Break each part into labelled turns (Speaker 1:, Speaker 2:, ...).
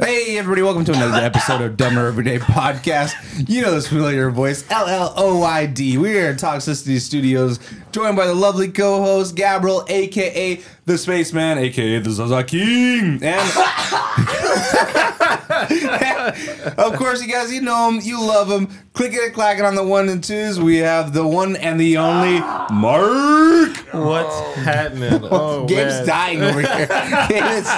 Speaker 1: Hey, everybody, welcome to another episode of Dumber Everyday Podcast. You know this familiar voice, LLOID. We are in Toxicity Studios, joined by the lovely co host, Gabriel, aka The Spaceman, aka The Zaza King. And of course, you guys, you know him, you love him. Clicking and clacking on the one and twos, we have the one and the only Mark.
Speaker 2: What's happening? Oh,
Speaker 1: Gabe's
Speaker 2: man.
Speaker 1: dying over here. Gabe is-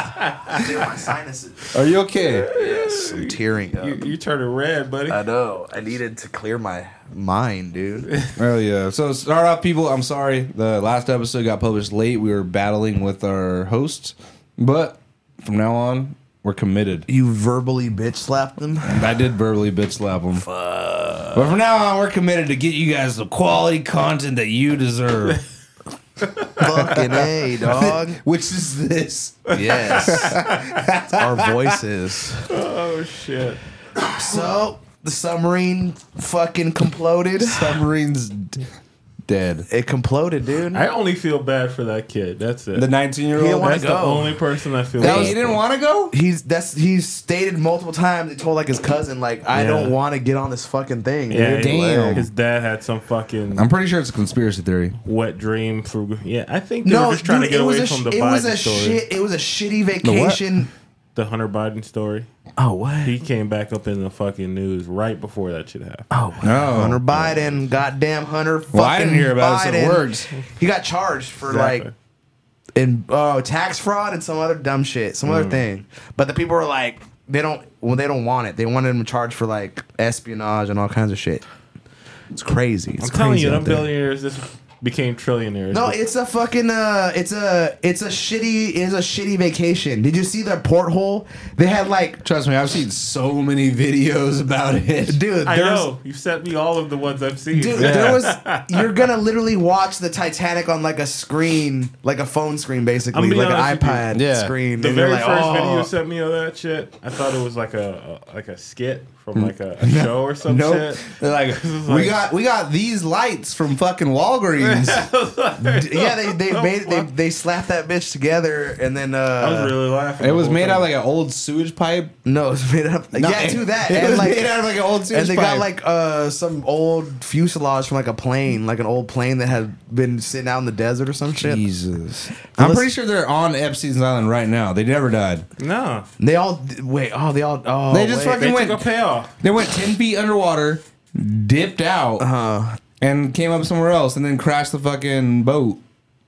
Speaker 3: Dude, my sinuses.
Speaker 1: are you okay?
Speaker 3: Yes, I'm tearing up.
Speaker 2: You, you turning red, buddy.
Speaker 3: I know. I needed to clear my mind, dude.
Speaker 1: Oh yeah. So start off, people. I'm sorry. The last episode got published late. We were battling with our hosts, but from now on, we're committed.
Speaker 3: You verbally bitch slapped them.
Speaker 1: I did verbally bitch slap them, but from now on, we're committed to get you guys the quality content that you deserve,
Speaker 3: Fucking a dog.
Speaker 1: which is this.
Speaker 3: Yes, That's our voices.
Speaker 2: Oh shit.
Speaker 3: So the submarine fucking comploded.
Speaker 1: Submarine's d- dead.
Speaker 3: It comploded, dude.
Speaker 2: I only feel bad for that kid. That's it.
Speaker 1: The 19 year
Speaker 3: He
Speaker 1: old.
Speaker 3: didn't wanna
Speaker 2: That's the
Speaker 3: go.
Speaker 2: only person I feel.
Speaker 3: That
Speaker 2: bad
Speaker 3: was-
Speaker 1: he
Speaker 2: for.
Speaker 1: didn't want to go.
Speaker 3: He's that's he's stated multiple times. He told like his cousin, like I
Speaker 2: Yeah.
Speaker 3: don't want to get on this fucking thing.
Speaker 2: Yeah,
Speaker 3: dude.
Speaker 2: he-
Speaker 1: Damn.
Speaker 2: His dad had some fucking
Speaker 1: I'm pretty sure it's a conspiracy theory.
Speaker 2: wet dream through. Yeah, I think they
Speaker 3: No,
Speaker 2: were just trying to
Speaker 3: dude,
Speaker 2: get
Speaker 3: it was
Speaker 2: away
Speaker 3: a
Speaker 2: from
Speaker 3: sh-
Speaker 2: the
Speaker 3: it was
Speaker 2: Biden
Speaker 3: a
Speaker 2: story.
Speaker 3: shit. It was a shitty
Speaker 1: what?
Speaker 3: vacation.
Speaker 2: The Hunter Biden story.
Speaker 3: Oh what?
Speaker 2: He came back up in the fucking news right before that shit happened.
Speaker 3: Oh,
Speaker 1: No.
Speaker 3: Hunter Biden, goddamn Hunter. Fucking
Speaker 1: Well, I didn't hear about it, so
Speaker 3: Biden.
Speaker 1: it works.
Speaker 3: He got charged for
Speaker 2: Exactly.
Speaker 3: like in oh tax fraud and some other dumb shit, some
Speaker 1: Mm.
Speaker 3: other thing. But the people were like, they don't, well, they don't want it. They wanted him charged for like espionage and all kinds of shit. It's crazy.
Speaker 2: I'm
Speaker 3: It's
Speaker 2: telling
Speaker 3: crazy
Speaker 2: you,
Speaker 3: out
Speaker 2: them
Speaker 3: there.
Speaker 2: billionaires just became trillionaires.
Speaker 3: No, it's a fucking uh, it's a it's a shitty is a shitty vacation. Did you see their porthole? They had like,
Speaker 1: Trust me, I've seen so many videos about it.
Speaker 3: dude,
Speaker 2: I
Speaker 3: there's
Speaker 2: know. You sent me all of the ones I've seen.
Speaker 3: Dude, there was you're gonna literally watch the Titanic on like a screen, like a phone screen,
Speaker 2: I'm
Speaker 3: basically,
Speaker 2: being
Speaker 3: like an
Speaker 2: honest with
Speaker 3: iPad
Speaker 1: you. Yeah.
Speaker 3: screen.
Speaker 2: The
Speaker 3: and you're
Speaker 2: very
Speaker 3: like,
Speaker 2: first
Speaker 3: "Oh."
Speaker 2: video you sent me of that shit, I thought it was like a, a- like a skit
Speaker 3: Mm.
Speaker 2: from like a, a show or some
Speaker 1: Nope.
Speaker 2: shit.
Speaker 1: They're like, we got we got these lights from fucking Walgreens.
Speaker 3: yeah, they they
Speaker 2: No
Speaker 3: made they,
Speaker 2: "Oh, fuck.
Speaker 3: they slapped that bitch together, and then uh,
Speaker 2: I was really laughing.
Speaker 1: it
Speaker 2: the
Speaker 1: was
Speaker 2: whole
Speaker 1: made
Speaker 2: time.
Speaker 1: out of like an old sewage pipe.
Speaker 3: no, it's made up.
Speaker 1: No,
Speaker 3: yeah,
Speaker 1: it-
Speaker 3: to that,
Speaker 1: It
Speaker 3: and
Speaker 1: was
Speaker 3: like,
Speaker 1: made out of like an old sewage
Speaker 3: and they
Speaker 1: pipe.
Speaker 3: got like uh some old fuselage from like a plane, like an old plane that had been sitting out in the desert or some shit.
Speaker 1: Jesus. I'm pretty sure they're on Epstein's Island right now. They never died.
Speaker 2: no.
Speaker 3: They all wait. Oh, they all. Oh,
Speaker 1: They just
Speaker 3: wait.
Speaker 1: fucking-
Speaker 2: They
Speaker 1: went-
Speaker 2: took a payoff.
Speaker 1: They went ten feet underwater, dipped out,
Speaker 3: Uh,
Speaker 1: and came up somewhere else, and then crashed the fucking boat.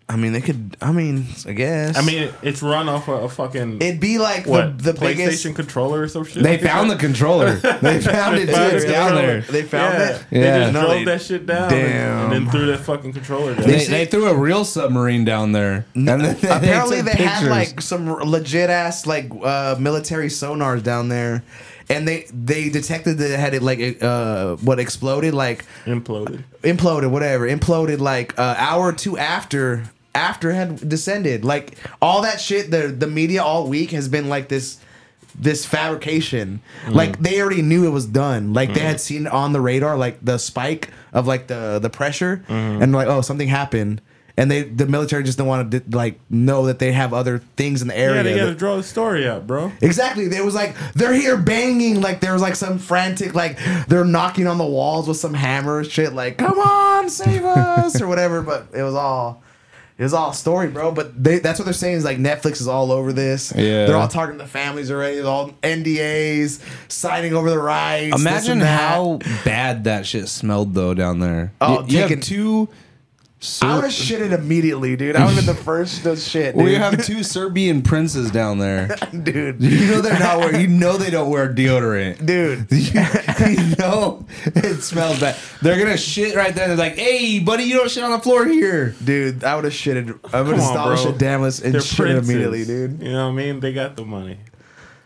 Speaker 3: I mean, they could. I mean, I guess.
Speaker 2: I mean, it, it's run off a, a fucking
Speaker 3: it'd be like
Speaker 2: what
Speaker 3: the the
Speaker 2: PlayStation
Speaker 3: biggest.
Speaker 2: controller or some shit.
Speaker 1: They found the controller. They found it. Too.
Speaker 2: Found the
Speaker 1: It's down
Speaker 2: controller.
Speaker 1: there.
Speaker 3: They found
Speaker 2: yeah.
Speaker 3: it.
Speaker 2: They
Speaker 1: Yeah.
Speaker 2: just
Speaker 3: No,
Speaker 2: drove
Speaker 3: they-
Speaker 2: that shit down and- and,
Speaker 3: Damn.
Speaker 2: then threw that fucking controller down.
Speaker 1: They, they threw a real submarine down there. And then they- they
Speaker 3: Apparently,
Speaker 1: took
Speaker 3: they had
Speaker 1: pictures.
Speaker 3: like some r- legit ass like uh, military sonars down there, and they they detected that it had it like uh, what exploded like
Speaker 2: imploded.
Speaker 3: imploded whatever imploded like an hour or two after after it had descended like all that shit the the media all week has been like this this fabrication
Speaker 2: Mm.
Speaker 3: like they already knew it was done like they had seen on the radar like the spike of like the the pressure
Speaker 2: Mm-hmm.
Speaker 3: and like oh something happened and they the military just don't want to like know that they have other things in the area
Speaker 2: Yeah, they
Speaker 3: that-
Speaker 2: gotta draw the story out, bro.
Speaker 3: Exactly. They was like, they're here banging. Like there was like some frantic, like they're knocking on the walls with some hammer and shit. Like, come on, save us or whatever. But it was all, it was all story, bro. But they, that's what they're saying is like Netflix is all over this.
Speaker 1: Yeah.
Speaker 3: They're all talking to the families already. They're all NDAs, signing over the rights. this
Speaker 1: Imagine
Speaker 3: and that.
Speaker 1: how bad that shit smelled though down there.
Speaker 3: Oh,
Speaker 1: you, you have
Speaker 3: taking-
Speaker 1: two. Ser-
Speaker 3: I would have shitted immediately, dude. I would have been the first to shit, dude.
Speaker 1: we have two Serbian princes down there.
Speaker 3: dude,
Speaker 1: You know they're not wearing. You know they don't wear deodorant.
Speaker 3: dude.
Speaker 1: You, you know it smells bad. They're gonna shit right there. They're like, "Hey, buddy, you don't shit on the floor here."
Speaker 3: Dude, I would have shitted. I
Speaker 2: Come
Speaker 3: would have
Speaker 2: on,
Speaker 3: stopped
Speaker 2: bro.
Speaker 3: shit damnless and
Speaker 2: They're
Speaker 3: shit
Speaker 2: princes.
Speaker 3: immediately, dude.
Speaker 2: You know what I mean? They got the money.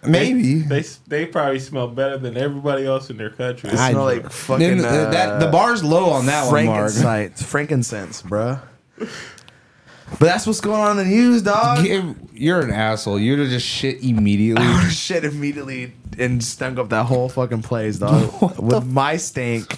Speaker 1: Maybe
Speaker 2: They they probably smell better than everybody else in their country.
Speaker 3: I
Speaker 1: Hydra.
Speaker 3: smell like fucking
Speaker 1: Then, uh, that the bar's low on that one, Mark.
Speaker 3: frankincense, frankincense, bruh. But that's what's going on in the news, dog.
Speaker 1: Give- You're an asshole. You'd have just shit immediately.
Speaker 3: Shit immediately and stunk up that whole fucking place, dog. With my stink.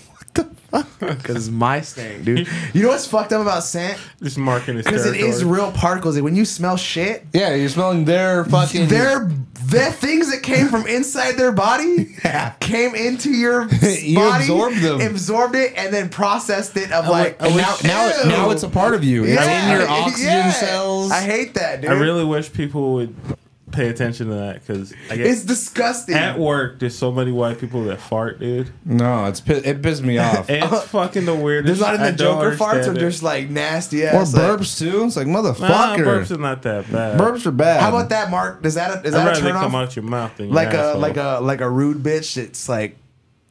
Speaker 3: Because my stink, dude. You know what's fucked up about scent?
Speaker 2: Just marking his
Speaker 3: Because it
Speaker 2: territory.
Speaker 3: is real particles. When you smell shit,
Speaker 1: yeah, you're smelling their fucking.
Speaker 3: their the things that came from inside their body came into your
Speaker 1: You
Speaker 3: body,
Speaker 1: absorbed them.
Speaker 3: absorbed it, and then processed it. Of like,
Speaker 1: and now, now, it-
Speaker 3: ew.
Speaker 1: now it's a part of you. It's
Speaker 3: Yeah,
Speaker 1: in your oxygen
Speaker 3: yeah.
Speaker 1: cells.
Speaker 3: I hate that, dude.
Speaker 2: I really wish people would pay attention to that because I guess
Speaker 3: it's disgusting.
Speaker 2: at work there's so many white people that fart, dude.
Speaker 1: no, it's pi- it pissed me off.
Speaker 2: It's fucking the weirdest.
Speaker 3: Uh, There's not in the
Speaker 2: I don't
Speaker 3: Joker farts or
Speaker 2: understand it.
Speaker 3: just like nasty
Speaker 1: or
Speaker 3: ass. like-
Speaker 1: burps too. It's like motherfucker.
Speaker 2: Nah, burps are not that bad.
Speaker 1: burps are bad.
Speaker 3: How about that, Mark? Does that is
Speaker 2: I'd
Speaker 3: that a
Speaker 2: rather they
Speaker 3: turn
Speaker 2: come
Speaker 3: off?
Speaker 2: out your mouth than your
Speaker 3: Like a
Speaker 2: asshole.
Speaker 3: like a like a rude bitch that's like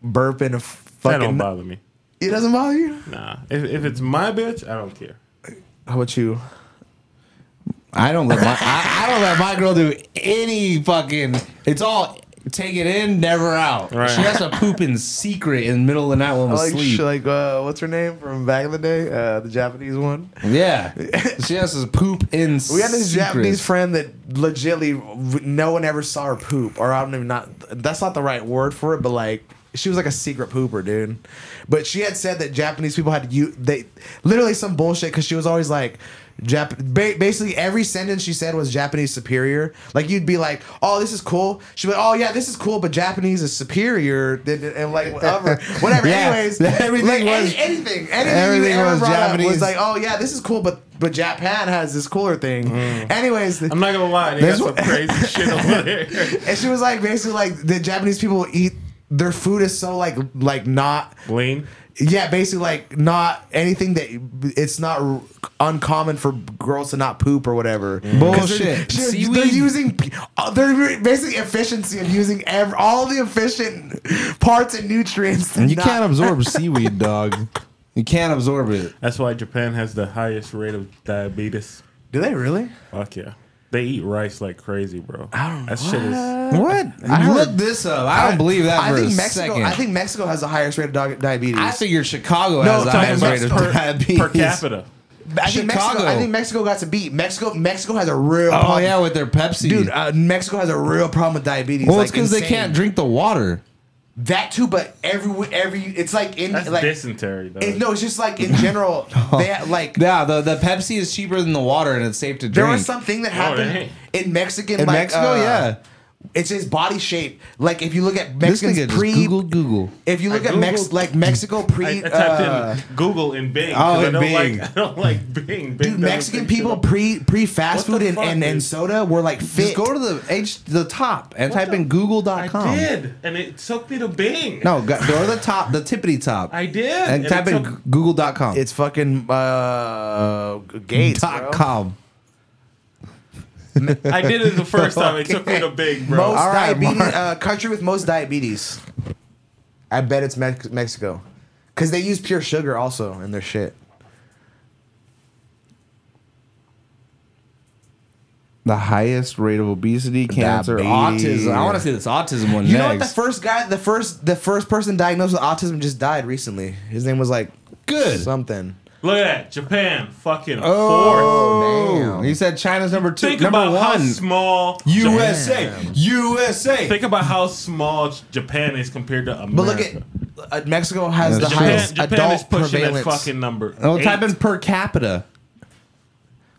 Speaker 3: burping a
Speaker 2: That don't
Speaker 3: fucking.
Speaker 2: bother me.
Speaker 3: It doesn't bother you.
Speaker 2: Nah, if, if it's my bitch, I don't care.
Speaker 3: How about you?
Speaker 1: I don't let my I, I don't let my girl do any fucking. It's all take it in, never out.
Speaker 2: Right.
Speaker 1: She has to poop in secret in the middle of the night when I'm
Speaker 3: like
Speaker 1: asleep.
Speaker 3: sh- like uh, what's her name from back in the day? Uh, the Japanese one.
Speaker 1: yeah, she has to poop in.
Speaker 3: We had this
Speaker 1: secret.
Speaker 3: Japanese friend that legitly w- no one ever saw her poop, or I don't even not. That's not the right word for it, but like she was like a secret pooper, dude. But she had said that Japanese people had you they literally some bullshit because she was always like. Jap- ba- basically every sentence she said was Japanese superior. Like you'd be like, "Oh, this is cool." She'd be like, "Oh yeah, this is cool," but Japanese is superior. than- And like whatever, whatever.
Speaker 1: Yeah.
Speaker 3: Anyways,
Speaker 1: Everything
Speaker 3: like, any-
Speaker 1: was-
Speaker 3: anything. Anything,
Speaker 1: everything
Speaker 3: you ever
Speaker 1: was
Speaker 3: brought up
Speaker 1: Japanese.
Speaker 3: Was like, oh yeah, this is cool, but but Japan has this cooler thing.
Speaker 1: Mm.
Speaker 3: Anyways,
Speaker 2: I'm not gonna lie, they
Speaker 3: There's
Speaker 2: got some
Speaker 3: one-
Speaker 2: crazy shit over there.
Speaker 3: and she was like basically like the Japanese people eat their food is so like like not
Speaker 2: Lean.
Speaker 3: yeah basically like not anything that it's not r- uncommon for girls to not poop or whatever 'Cause they're-
Speaker 1: Mm. Bullshit.
Speaker 3: they're,
Speaker 1: Seaweed.
Speaker 3: they're using uh, they're basically efficiency of using ev- all the efficient parts and nutrients to
Speaker 1: And you
Speaker 3: not-
Speaker 1: can't absorb seaweed, dog. You can't absorb it.
Speaker 2: That's why Japan has the highest rate of diabetes.
Speaker 3: do they really
Speaker 2: Fuck yeah. They eat rice like crazy, bro. I don't That shit is.
Speaker 1: What?
Speaker 3: I heard-
Speaker 1: Look this up. I don't believe that
Speaker 3: I
Speaker 1: for
Speaker 3: think
Speaker 1: a
Speaker 3: Mexico.
Speaker 1: second.
Speaker 3: I think Mexico has the highest rate of dog- diabetes.
Speaker 1: I figured Chicago has the
Speaker 3: talking
Speaker 1: highest
Speaker 3: about
Speaker 1: rate of
Speaker 2: per,
Speaker 1: diabetes
Speaker 2: per capita.
Speaker 3: I think Mexico.
Speaker 1: Chicago.
Speaker 3: I think Mexico got to beat Mexico. Mexico has a real.
Speaker 1: Oh
Speaker 3: problem.
Speaker 1: yeah, with their Pepsi,
Speaker 3: dude. Uh, Mexico has a real problem with diabetes.
Speaker 1: well,
Speaker 3: like,
Speaker 1: it's because they
Speaker 3: insane.
Speaker 1: can't drink the water.
Speaker 3: that too. But every every it's like in
Speaker 2: That's
Speaker 3: like
Speaker 2: dysentery, though.
Speaker 3: it- no, it's just like in general. they ha- like
Speaker 1: Yeah, the, the Pepsi is cheaper than the water, and it's safe to drink.
Speaker 3: there was something that
Speaker 2: No, it
Speaker 3: happened
Speaker 2: ain't.
Speaker 3: in Mexican
Speaker 1: in
Speaker 3: like,
Speaker 1: Mexico,
Speaker 3: uh,
Speaker 1: yeah.
Speaker 3: It's his body shape. Like if you look at
Speaker 1: This thing
Speaker 3: Mexicans
Speaker 1: just
Speaker 3: pre,
Speaker 1: Google Google.
Speaker 3: if you look
Speaker 2: I
Speaker 3: at Mex
Speaker 2: Googled-
Speaker 3: like Mexico
Speaker 2: I,
Speaker 3: pre,
Speaker 2: I typed
Speaker 3: uh,
Speaker 2: in Google and Bing.
Speaker 1: Oh,
Speaker 2: Oh, I
Speaker 1: and
Speaker 2: don't
Speaker 1: Bing.
Speaker 2: like I don't like Bing. Bing
Speaker 3: dude,
Speaker 2: doesn't
Speaker 3: Mexican
Speaker 2: fix it
Speaker 3: people
Speaker 2: up.
Speaker 3: pre pre fast
Speaker 2: What
Speaker 3: food
Speaker 2: the
Speaker 3: and,
Speaker 2: fuck,
Speaker 3: and, and
Speaker 2: dude?
Speaker 3: soda were like
Speaker 1: Just
Speaker 3: fit.
Speaker 1: go to the H the top and
Speaker 2: What
Speaker 1: type
Speaker 2: the-
Speaker 1: in Google.com.
Speaker 2: I did, and it took me to Bing.
Speaker 1: No, go, go to the top, the tippity top.
Speaker 2: I did.
Speaker 1: And,
Speaker 2: it
Speaker 1: type in
Speaker 2: took-
Speaker 1: Google.com.
Speaker 3: It's fucking uh, Gates. bro.
Speaker 1: dot com.
Speaker 2: I did it the first time. It took me to Bing, bro.
Speaker 3: Most
Speaker 1: All right,
Speaker 3: diabetes
Speaker 1: Mark.
Speaker 3: uh, country with most diabetes. I bet it's Mex- Mexico, because they use pure sugar also in their shit.
Speaker 1: The highest rate of obesity, cancer,
Speaker 3: Diabetes.
Speaker 1: autism. I want to see this autism one
Speaker 3: You know what? The
Speaker 1: next.
Speaker 3: first guy, the first, the first person diagnosed with autism just died recently. His name was like
Speaker 1: Good.
Speaker 3: something.
Speaker 2: Look at that, Japan, fucking fourth.
Speaker 1: oh,
Speaker 3: Damn.
Speaker 1: You said China's number two.
Speaker 2: Think
Speaker 1: number
Speaker 2: about how
Speaker 1: one.
Speaker 2: small
Speaker 1: USA.
Speaker 3: Damn.
Speaker 1: USA.
Speaker 2: Think about how small J- Japan is compared to America.
Speaker 3: But look at uh, Mexico has
Speaker 1: That's
Speaker 3: the
Speaker 1: true.
Speaker 2: Japan,
Speaker 3: highest
Speaker 2: Japan is
Speaker 3: adult
Speaker 2: pushing that
Speaker 3: prevalence.
Speaker 2: fucking number.
Speaker 1: oh, type
Speaker 2: eight.
Speaker 1: in per capita.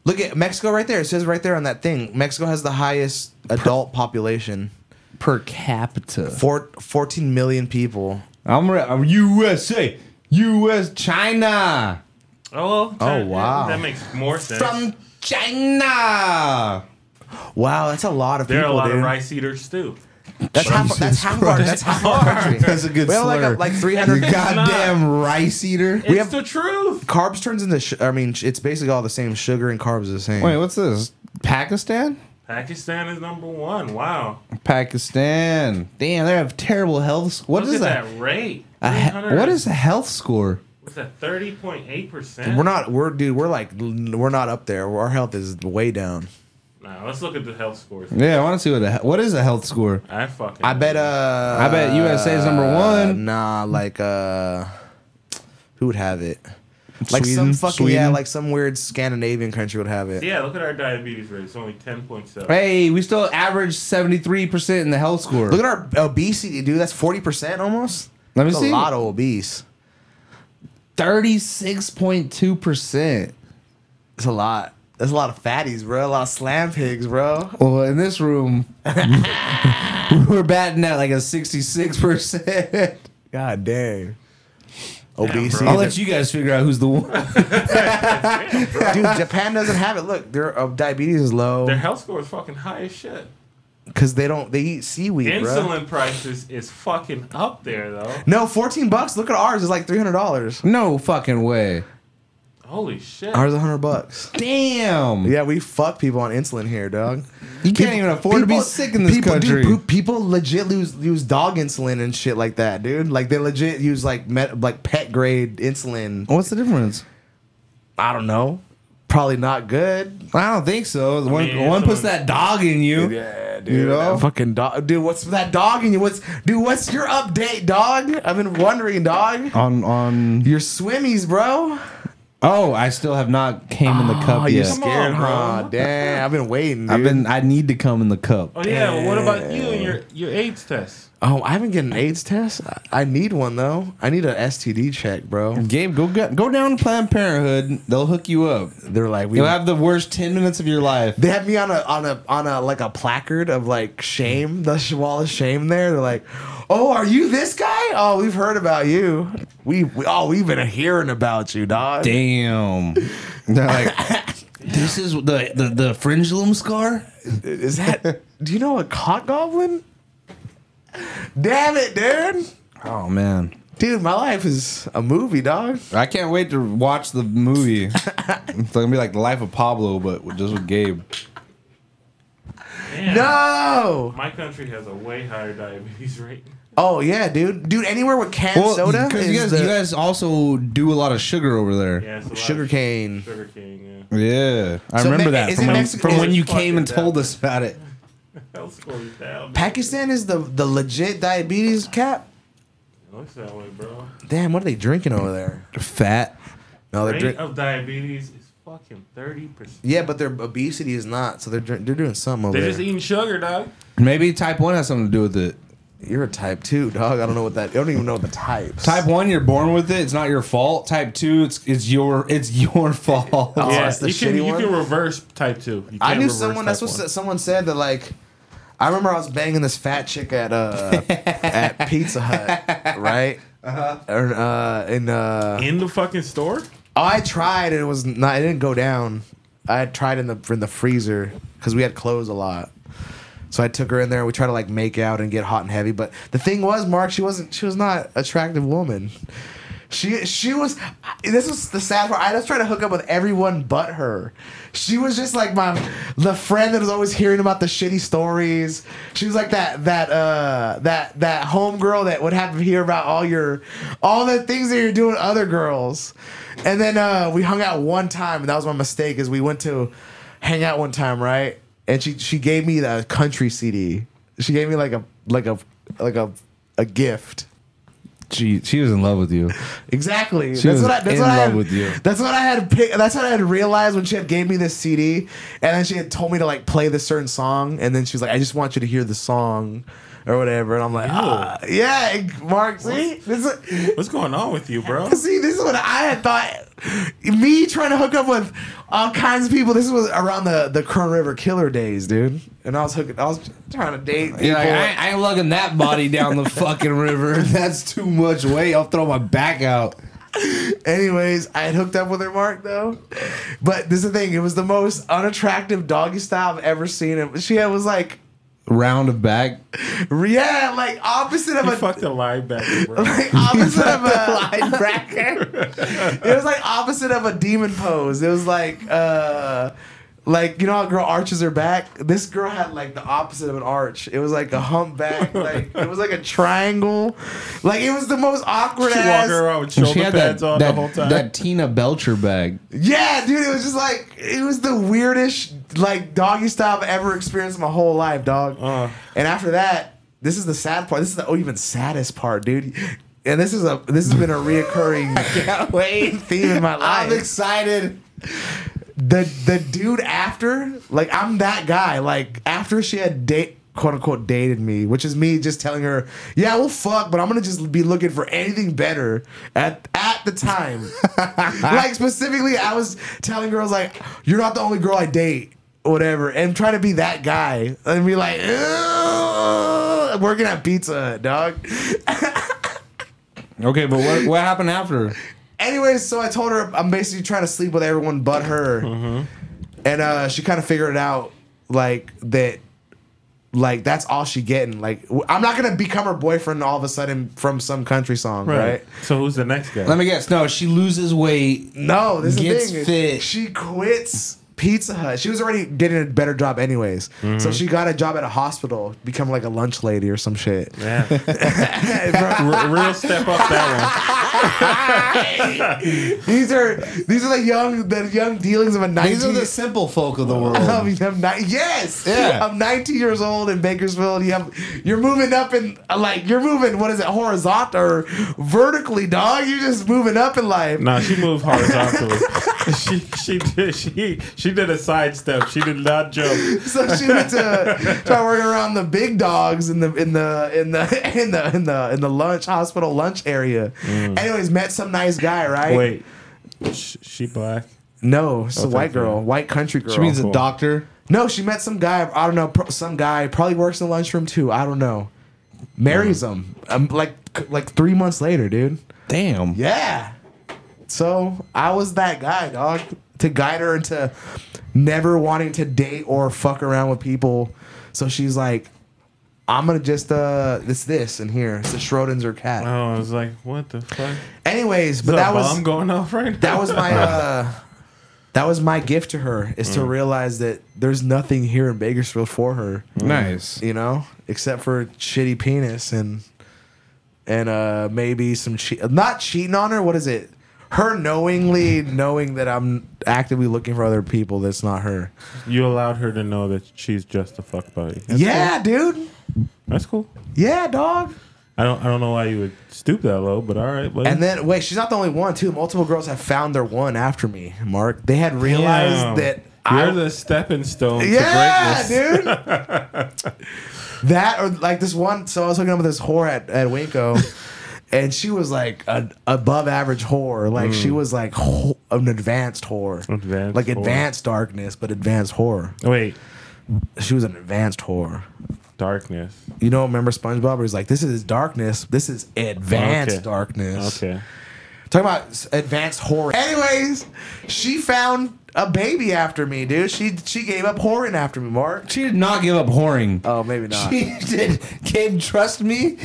Speaker 3: Look at Mexico right there. It says right there on that thing. Mexico has the highest adult population.
Speaker 1: Per capita.
Speaker 3: Four, 14 million people.
Speaker 1: I'm, re- I'm USA. US China.
Speaker 2: Oh,
Speaker 3: Oh,
Speaker 2: that,
Speaker 3: wow.
Speaker 2: That makes more sense.
Speaker 1: From China.
Speaker 3: Wow, that's a lot of
Speaker 2: there are
Speaker 3: people.
Speaker 2: a lot
Speaker 3: dude.
Speaker 2: of rice eaters too.
Speaker 3: That's half. That's
Speaker 1: Jesus
Speaker 3: half our. That's half our country.
Speaker 1: That's a good
Speaker 3: We have like
Speaker 1: slur.
Speaker 3: a, like 300
Speaker 1: You goddamn rice eater.
Speaker 2: It's
Speaker 3: have-
Speaker 2: the truth.
Speaker 3: carbs turns into. Sh- I mean, sh- it's basically all the same. Sugar and carbs are the same.
Speaker 1: Wait, what's this? Pakistan?
Speaker 2: Pakistan is number one. Wow.
Speaker 1: Pakistan. Damn, they have terrible health. What
Speaker 2: Look
Speaker 1: is
Speaker 2: at
Speaker 1: that?
Speaker 2: that, rate.
Speaker 1: A he-
Speaker 2: 300
Speaker 1: what is a health score?
Speaker 2: What's that? Thirty point eight percent.
Speaker 3: we're not. We're dude. We're like. We're not up there. Our health is way down.
Speaker 2: Nah, let's look at the health scores.
Speaker 1: Yeah, I want to see what a, what is a health score.
Speaker 2: I fucking.
Speaker 3: I bet. Uh.
Speaker 1: I bet USA is number one.
Speaker 3: Nah, like uh, who would have it? Like
Speaker 1: Sweden?
Speaker 3: some fucking yeah,
Speaker 1: Sweden?
Speaker 3: like some weird Scandinavian country would have it.
Speaker 2: Yeah, look at our diabetes rate. It's only ten point seven.
Speaker 1: Hey, we still average seventy three percent in the health score.
Speaker 3: Look at our obesity, dude. That's forty percent almost.
Speaker 1: Let me
Speaker 3: That's
Speaker 1: see.
Speaker 3: A lot of obese.
Speaker 1: thirty six point two percent.
Speaker 3: It's a lot. There's a lot of fatties, bro. A lot of slam pigs, bro.
Speaker 1: Well, in this room, we're batting at like a 66%.
Speaker 3: God dang. Obesity.
Speaker 1: I'll let you guys figure out who's the one.
Speaker 3: Dude, Japan doesn't have it. Look, their uh, diabetes is low
Speaker 2: Their health score is fucking high as shit.
Speaker 3: because they don't they eat seaweed, bro.
Speaker 2: Insulin prices is fucking up there though.
Speaker 3: No, fourteen bucks. Look at ours is like three hundred dollars.
Speaker 1: No fucking way.
Speaker 2: Holy shit.
Speaker 3: Ours is hundred bucks.
Speaker 1: Damn.
Speaker 3: Yeah, we fuck people on insulin here, dog.
Speaker 1: You can't even afford to be sick in this
Speaker 3: people, dude,
Speaker 1: country.
Speaker 3: pe- people legit lose use dog insulin and shit like that, dude. Like they legit use like med, like pet grade insulin.
Speaker 1: What's the difference?
Speaker 3: I don't know. Probably not good.
Speaker 1: I don't think so. One,
Speaker 2: mean,
Speaker 1: one puts
Speaker 2: someone-
Speaker 1: that dog in you.
Speaker 3: Yeah,
Speaker 1: dude, that
Speaker 3: fucking dog, dude. What's with that dog in you? What's dude? What's your update, dog? I've been wondering, dog.
Speaker 1: On on.
Speaker 3: Your swimmies, bro.
Speaker 1: Oh, I still have not came in the
Speaker 3: Oh,
Speaker 1: cup
Speaker 3: you're
Speaker 1: yet.
Speaker 2: Come on,
Speaker 3: scared,
Speaker 2: bro.
Speaker 3: huh? Damn, I've been waiting. Dude.
Speaker 1: I've been. I need to come in the cup.
Speaker 2: oh yeah, well, what about you and your your AIDS test?
Speaker 3: Oh, I haven't getting an AIDS test. I- I need one though. I need an STD check, bro.
Speaker 1: Gabe, go get, go down to Planned Parenthood. They'll hook you up.
Speaker 3: They're like, we
Speaker 1: You'll have the worst ten minutes of your life.
Speaker 3: They had me on a on a on a like a placard of like shame, the sh- wall of shame. There, they're like, "Oh, are you this guy? Oh, we've heard about you. We, we oh, we've been hearing about you, dog.
Speaker 1: Damn. They're like, this is the the, the fringulum scar.
Speaker 3: Is that? do you know a cock goblin? Damn it, dude!
Speaker 1: Oh man.
Speaker 3: Dude, my life is a movie, dog.
Speaker 1: I can't wait to watch the movie. it's gonna be like the life of Pablo, but with- just with Gabe.
Speaker 2: Damn.
Speaker 3: No.
Speaker 2: My country has a way higher diabetes rate.
Speaker 3: Oh yeah, dude. Dude, anywhere with canned soda
Speaker 1: because you
Speaker 3: is
Speaker 1: guys,
Speaker 3: the
Speaker 1: you guys also do a lot of sugar over there.
Speaker 2: Yeah, it's a lot of
Speaker 3: sugarcane.
Speaker 2: Sugar cane, yeah.
Speaker 1: Yeah, I
Speaker 3: So
Speaker 1: remember
Speaker 3: Me-
Speaker 1: that
Speaker 3: is
Speaker 1: from,
Speaker 3: it
Speaker 1: when,
Speaker 3: Mexico-
Speaker 1: from
Speaker 3: is
Speaker 1: when
Speaker 2: it
Speaker 1: you came and
Speaker 2: fucking
Speaker 1: told
Speaker 2: down?
Speaker 1: us about it.
Speaker 2: Health score is down.
Speaker 3: Pakistan is the the legit diabetes cap.
Speaker 2: It looks that way, bro.
Speaker 3: Damn, what are they drinking over there?
Speaker 1: Fat.
Speaker 3: No, they're
Speaker 2: Rate
Speaker 3: drinking.
Speaker 2: of diabetes is fucking thirty percent.
Speaker 3: Yeah, but their obesity is not, so they're drink- they're doing something over
Speaker 2: They're
Speaker 3: there.
Speaker 2: just eating sugar, dog.
Speaker 1: Maybe type one has something to do with it.
Speaker 3: You're a type two dog. I don't know what that. I don't even know the types.
Speaker 1: Type one, you're born with it. It's not your fault. Type two, it's it's your it's your fault.
Speaker 3: Oh,
Speaker 2: yeah,
Speaker 3: that's the
Speaker 2: you can
Speaker 3: shitty
Speaker 2: you
Speaker 3: one?
Speaker 2: can reverse type two. You
Speaker 3: I
Speaker 2: can't
Speaker 3: knew
Speaker 2: reverse
Speaker 3: someone.
Speaker 2: type
Speaker 3: That's what
Speaker 2: one.
Speaker 3: s- someone said that. Like, I remember I was banging this fat chick at uh at Pizza Hut, right? Uh-huh. Or, uh, and uh,
Speaker 2: in the fucking store.
Speaker 3: I tried and it was not. It didn't go down. I had tried in the in the freezer because we had clothes a lot. So I took her in there. and We tried to like make out and get hot and heavy. But the thing was, Mark, she wasn't. She was not attractive woman. She she was. This was the sad part. I was trying to hook up with everyone but her. She was just like my the friend that was always hearing about the shitty stories. She was like that that uh that that homegirl that would have to hear about all your all the things that you're doing with other girls. And then uh we hung out one time, and that was my mistake. Is we went to hang out one time, right? and she she gave me the country CD. She gave me like a like a like a a gift.
Speaker 1: She she was in love with you.
Speaker 3: Exactly.
Speaker 1: She was in
Speaker 3: I
Speaker 1: love
Speaker 3: had,
Speaker 1: with you.
Speaker 3: That's what I had. Pick, that's what I had realized when she had gave me this CD, and then she had told me to like play this certain song, and then she was like, "I just want you to hear the song." Or whatever, and I'm like, ah, yeah, Mark. See, this is,
Speaker 2: What's going on with you, bro?
Speaker 3: see, this is what I had thought. Me trying to hook up with all kinds of people. This was around the the Kern River Killer days, dude. And I was hooking, I was trying to date. People.
Speaker 1: You're like, I, I ain't lugging that body down the fucking river. That's too much weight. I'll throw my back out.
Speaker 3: Anyways, I had hooked up with her, Mark, though. But this is the thing. It was the most unattractive doggy style I've ever seen. It she was like,
Speaker 1: Round of back.
Speaker 3: yeah, like opposite of
Speaker 2: You
Speaker 3: a
Speaker 2: fucked a linebacker, bro.
Speaker 3: like opposite of a linebacker. It was like opposite of a demon pose. It was like uh like you know how a girl arches her back? This girl had like the opposite of an arch. It was like a humpback, like it was like a triangle. Like it was the most awkward
Speaker 2: She
Speaker 3: ass.
Speaker 2: walking around with shoulder
Speaker 1: she had that,
Speaker 2: pads on
Speaker 1: that,
Speaker 2: the whole time.
Speaker 1: that Tina Belcher bag.
Speaker 3: Yeah, dude, it was just like it was the weirdest like doggy style I've ever experienced in my whole life, dog.
Speaker 2: Uh.
Speaker 3: And after that, this is the sad part. This is the oh, even saddest part, dude. And this is a this has been a reoccurring theme in my life.
Speaker 1: I'm excited.
Speaker 3: the the dude after, like I'm that guy. Like after she had date quote unquote dated me, which is me just telling her, yeah, we'll fuck, but I'm gonna just be looking for anything better at at the time. like specifically, I was telling girls like, you're not the only girl I date, whatever, and trying to be that guy and be like, "Ugh, working at Pizza Hut, dog.
Speaker 1: Okay, but what what happened after?
Speaker 3: Anyways, so I told her I'm basically trying to sleep with everyone but her, and uh, she kind of figured it out like that, like that's all she getting. Like w- I'm not gonna become her boyfriend all of a sudden from some country song, right?
Speaker 2: So who's the next guy?
Speaker 1: Let me guess. No, she loses weight.
Speaker 3: No, this is
Speaker 1: Gets
Speaker 3: the thing.
Speaker 1: fit.
Speaker 3: She quits Pizza Hut. She was already getting a better job anyways, so she got a job at a hospital, become like a lunch lady or some shit.
Speaker 2: Yeah. R- real step up that
Speaker 3: these are these are the young the young dealings of a 19
Speaker 1: These are the simple folk of the world.
Speaker 3: I mean, I'm Oh, ni- yes.
Speaker 1: Yeah.
Speaker 3: I'm 19 years old in Bakersfield. You have, you're moving up in like you're moving. What is it? Horizontal or vertically, dog? You're just moving up in life.
Speaker 2: one. Nah, she moved horizontally. she she did she she did a sidestep. She did not jump.
Speaker 3: So she went to try working around the big dogs in the in the in the in the in the in the lunch hospital lunch area.
Speaker 1: Mm.
Speaker 3: Anyways, met some nice guy, right?
Speaker 2: Wait, Sh- she black.
Speaker 3: no, it's a white
Speaker 2: thank you.
Speaker 3: girl, white country girl.
Speaker 1: She means a
Speaker 2: Cool.
Speaker 1: doctor.
Speaker 3: No, she met some guy. I don't know. pro- Some guy probably works in the lunchroom too. I don't know. Marries him. Um, like like three months later, dude.
Speaker 1: Damn.
Speaker 3: Yeah. So I was that guy, dog, to guide her into never wanting to date or fuck around with people. So she's like, I'm gonna just uh, it's this in here. It's a Schrodinger's cat.
Speaker 2: Oh, I was like, what the fuck?
Speaker 3: Anyways, but
Speaker 2: But
Speaker 3: that
Speaker 2: that
Speaker 3: was
Speaker 2: bomb going off right now.
Speaker 3: that was my uh that was my gift to her is to realize that there's nothing here in Bakersfield for her,
Speaker 1: Nice.
Speaker 3: you know, except for shitty penis and and uh maybe some che- not cheating on her, what is it? Her knowingly knowing that I'm actively looking for other people that's not her.
Speaker 2: You allowed her to know that she's just a fuck buddy.
Speaker 3: yeah, dude.
Speaker 2: That's cool.
Speaker 3: Yeah, dog.
Speaker 2: I don't I don't know why you would stoop that low, but all right. buddy.
Speaker 3: And then wait, she's not the only one, too. Multiple girls have found their one after me, Mark. They had realized
Speaker 2: Damn.
Speaker 3: that
Speaker 2: you're
Speaker 3: I
Speaker 2: the stepping stone
Speaker 3: Yeah,
Speaker 2: to greatness.
Speaker 3: dude. that or like this one. So I was hooking up with this whore at, at Winko, and she was like an above average whore. Like she was like ho- an advanced whore,
Speaker 2: Hmm. Advanced
Speaker 3: like
Speaker 2: whore.
Speaker 3: advanced darkness, but advanced whore.
Speaker 2: Wait,
Speaker 3: She was an advanced whore.
Speaker 2: darkness.
Speaker 3: You don't remember SpongeBob? Where he's like, "This is darkness. This is advanced
Speaker 2: Okay.
Speaker 3: darkness."
Speaker 2: Okay.
Speaker 3: Talking about s- advanced whoring. Anyways, she found a baby after me, dude. She she gave up whoring after me, Mark.
Speaker 1: She did not give up whoring.
Speaker 3: Oh, maybe not.
Speaker 1: She did. Gabe, trust me.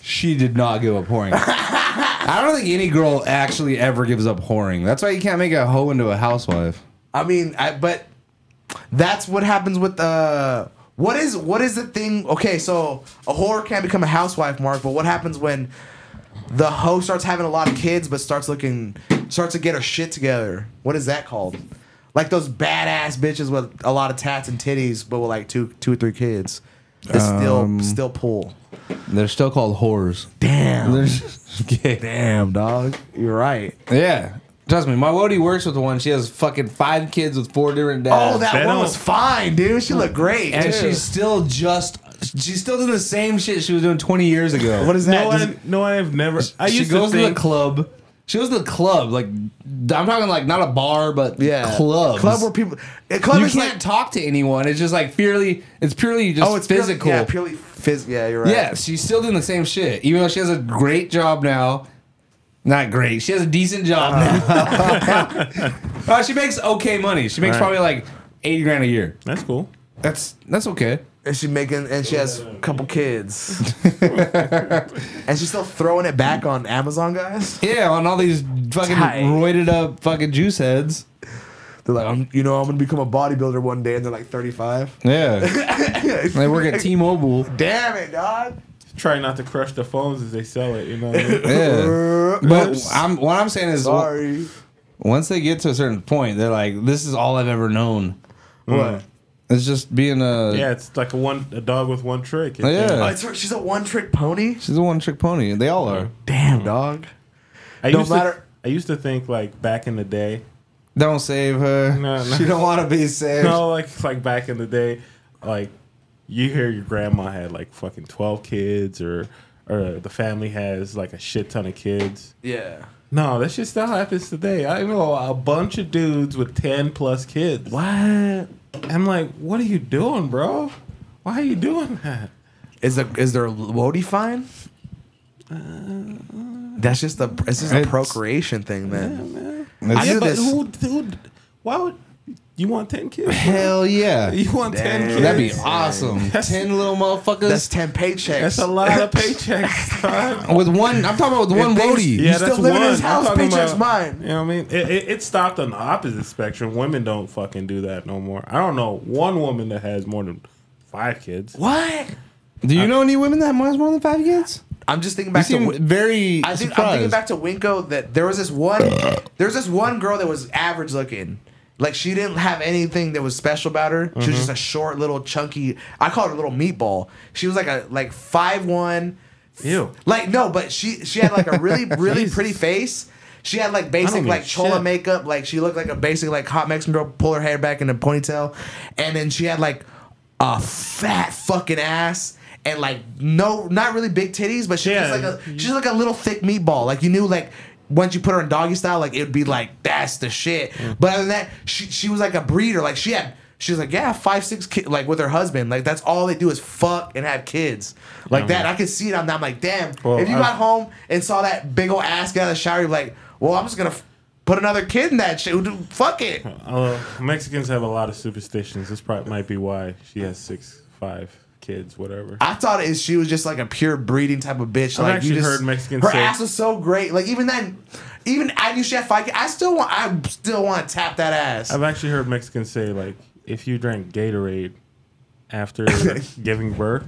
Speaker 1: She did not give up whoring. I don't think any girl actually ever gives up whoring. That's why you can't make a hoe into a housewife.
Speaker 3: I mean, I, but that's what happens with uh what is what is the thing? Okay, so a whore can't become a housewife, Mark. But what happens when the hoe starts having a lot of kids, but starts looking starts to get her shit together? What is that called? Like those badass bitches with a lot of tats and titties, but with like two two or three kids. That
Speaker 1: Um,
Speaker 3: still still pull.
Speaker 1: They're still called whores.
Speaker 3: Damn.
Speaker 1: There's- okay.
Speaker 3: Damn, dog. You're right.
Speaker 1: Yeah. Trust me, my Wody works with one. She has fucking five kids with four different dads.
Speaker 3: Oh, that
Speaker 2: They
Speaker 3: one
Speaker 2: don't-
Speaker 3: was fine, dude. She looked great.
Speaker 1: And
Speaker 3: too.
Speaker 1: she's still just, she's still doing the same shit she was doing 20 years ago.
Speaker 3: what is that?
Speaker 2: No,
Speaker 3: Does-
Speaker 2: I, no, I've never. I
Speaker 1: she
Speaker 2: used
Speaker 1: goes
Speaker 2: to
Speaker 1: to,
Speaker 2: think.
Speaker 1: the club. She goes to the club, like I'm talking like not a bar, but
Speaker 3: yeah,
Speaker 1: yeah, clubs.
Speaker 3: Club where people. A club
Speaker 1: you
Speaker 3: is
Speaker 1: can't
Speaker 3: like
Speaker 1: talk to anyone. It's just like purely, it's purely just physical.
Speaker 3: Purely, Oh, yeah, purely physical. Yeah, you're right.
Speaker 1: Yeah, she's still doing the same shit, even though she has a great job now. Not great. She has a decent job now. Uh, she makes okay money. She makes
Speaker 2: Right.
Speaker 1: probably like eighty grand a year.
Speaker 2: That's cool.
Speaker 1: That's that's okay.
Speaker 3: And she making and she has a couple kids. and she's still throwing it back on Amazon guys.
Speaker 1: Yeah, on all these fucking
Speaker 3: Tight.
Speaker 1: roided up fucking juice heads.
Speaker 3: They're like, I'm, you know, I'm gonna become a bodybuilder one day, and they're like 35.
Speaker 1: Yeah, they work at T-Mobile.
Speaker 3: Damn it, dog.
Speaker 2: Try not to crush the phones as they sell it. You know. what I mean?
Speaker 1: Yeah, but I'm what I'm saying is
Speaker 3: Uh, sorry.
Speaker 1: once they get to a certain point, they're like, "This is all I've ever known."
Speaker 3: What?
Speaker 1: It's just being a
Speaker 2: Mm. Yeah, it's like a one a dog with one trick.
Speaker 1: Yeah.
Speaker 3: Oh, it's her, she's a one-trick pony.
Speaker 1: She's a one trick pony. They all are.
Speaker 3: Damn, dog.
Speaker 2: I
Speaker 3: No
Speaker 2: used
Speaker 3: matter-
Speaker 2: To, I used to think like back in the day.
Speaker 1: Don't save her.
Speaker 2: No, no.
Speaker 1: She don't want to be saved.
Speaker 2: No, like like back in the day, like you hear your grandma had like fucking twelve kids, or or the family has like a shit ton of kids.
Speaker 1: Yeah.
Speaker 2: No, that shit still happens today. I know a bunch of dudes with ten plus kids.
Speaker 3: What?
Speaker 2: I'm like, what are you doing, bro? Why are you doing that?
Speaker 3: Is there is there a Wody fine? That's just the it's just a
Speaker 1: Uh, It's-
Speaker 3: procreation thing, man.
Speaker 1: Let's
Speaker 2: Yeah,
Speaker 1: do
Speaker 2: but
Speaker 1: this.
Speaker 2: who, who, why would you want ten kids?
Speaker 1: Hell yeah.
Speaker 2: You want ten
Speaker 3: Damn.
Speaker 2: kids?
Speaker 1: That'd be awesome.
Speaker 2: That's-
Speaker 1: Ten little motherfuckers.
Speaker 3: That's ten paychecks.
Speaker 2: That's a lot of paychecks. son.
Speaker 1: with one, I'm talking about with one
Speaker 3: things-
Speaker 1: roadie.
Speaker 3: Yeah. still living in his house,
Speaker 2: I'm talking
Speaker 3: paycheck's mine.
Speaker 2: You know what I mean? It, it, it stopped on the opposite spectrum. Women don't fucking do that no more. I don't know one woman that has more than five kids.
Speaker 3: What?
Speaker 1: Do you know any women that has more than five kids?
Speaker 3: I'm just thinking
Speaker 1: You
Speaker 3: back to
Speaker 1: seem
Speaker 3: Wi-
Speaker 1: very
Speaker 3: I think, I'm thinking
Speaker 1: surprised.
Speaker 3: back to Winko that there was this one there was this one girl that was average looking. Like she didn't have anything that was special about her.
Speaker 2: Mm-hmm.
Speaker 3: She was just a short little chunky I call her a little meatball. She was like a like five one
Speaker 2: Ew.
Speaker 3: like no, but she she had like a really really pretty face. She had like
Speaker 2: I don't
Speaker 3: basic
Speaker 2: give
Speaker 3: like
Speaker 2: a
Speaker 3: chola
Speaker 2: shit.
Speaker 3: makeup, like she looked like a basic like hot Mexican girl. Pull her hair back in a ponytail, and then she had like a fat fucking ass and like no, not really big titties, but she
Speaker 2: Yeah.
Speaker 3: was like a she's like a little thick meatball. Like you knew like. Once you put her in doggy style, like it'd be like that's the shit.
Speaker 2: Mm.
Speaker 3: But other than that, she she was like a breeder. Like she had, she was like yeah, five six kids, like with her husband. Like that's all they do is fuck and have kids, like that. I could see it. I'm, I'm like, damn.
Speaker 2: Well,
Speaker 3: if you
Speaker 2: I-
Speaker 3: got home and saw that big old ass get out of the shower, you're like, well, I'm just gonna f- put another kid in that shit. Dude, Fuck it.
Speaker 2: Uh, Mexicans have a lot of superstitions. This probably might be why she has six, five kids, whatever.
Speaker 3: I thought it, she was just like a pure breeding type of bitch.
Speaker 2: I've
Speaker 3: like
Speaker 2: actually
Speaker 3: you just,
Speaker 2: heard Mexicans
Speaker 3: Her
Speaker 2: say-
Speaker 3: ass was so great. Like even then, even I knew she had five. kids. I still want. I still want to tap that ass.
Speaker 2: I've actually heard Mexicans say like, if you drink Gatorade after giving birth,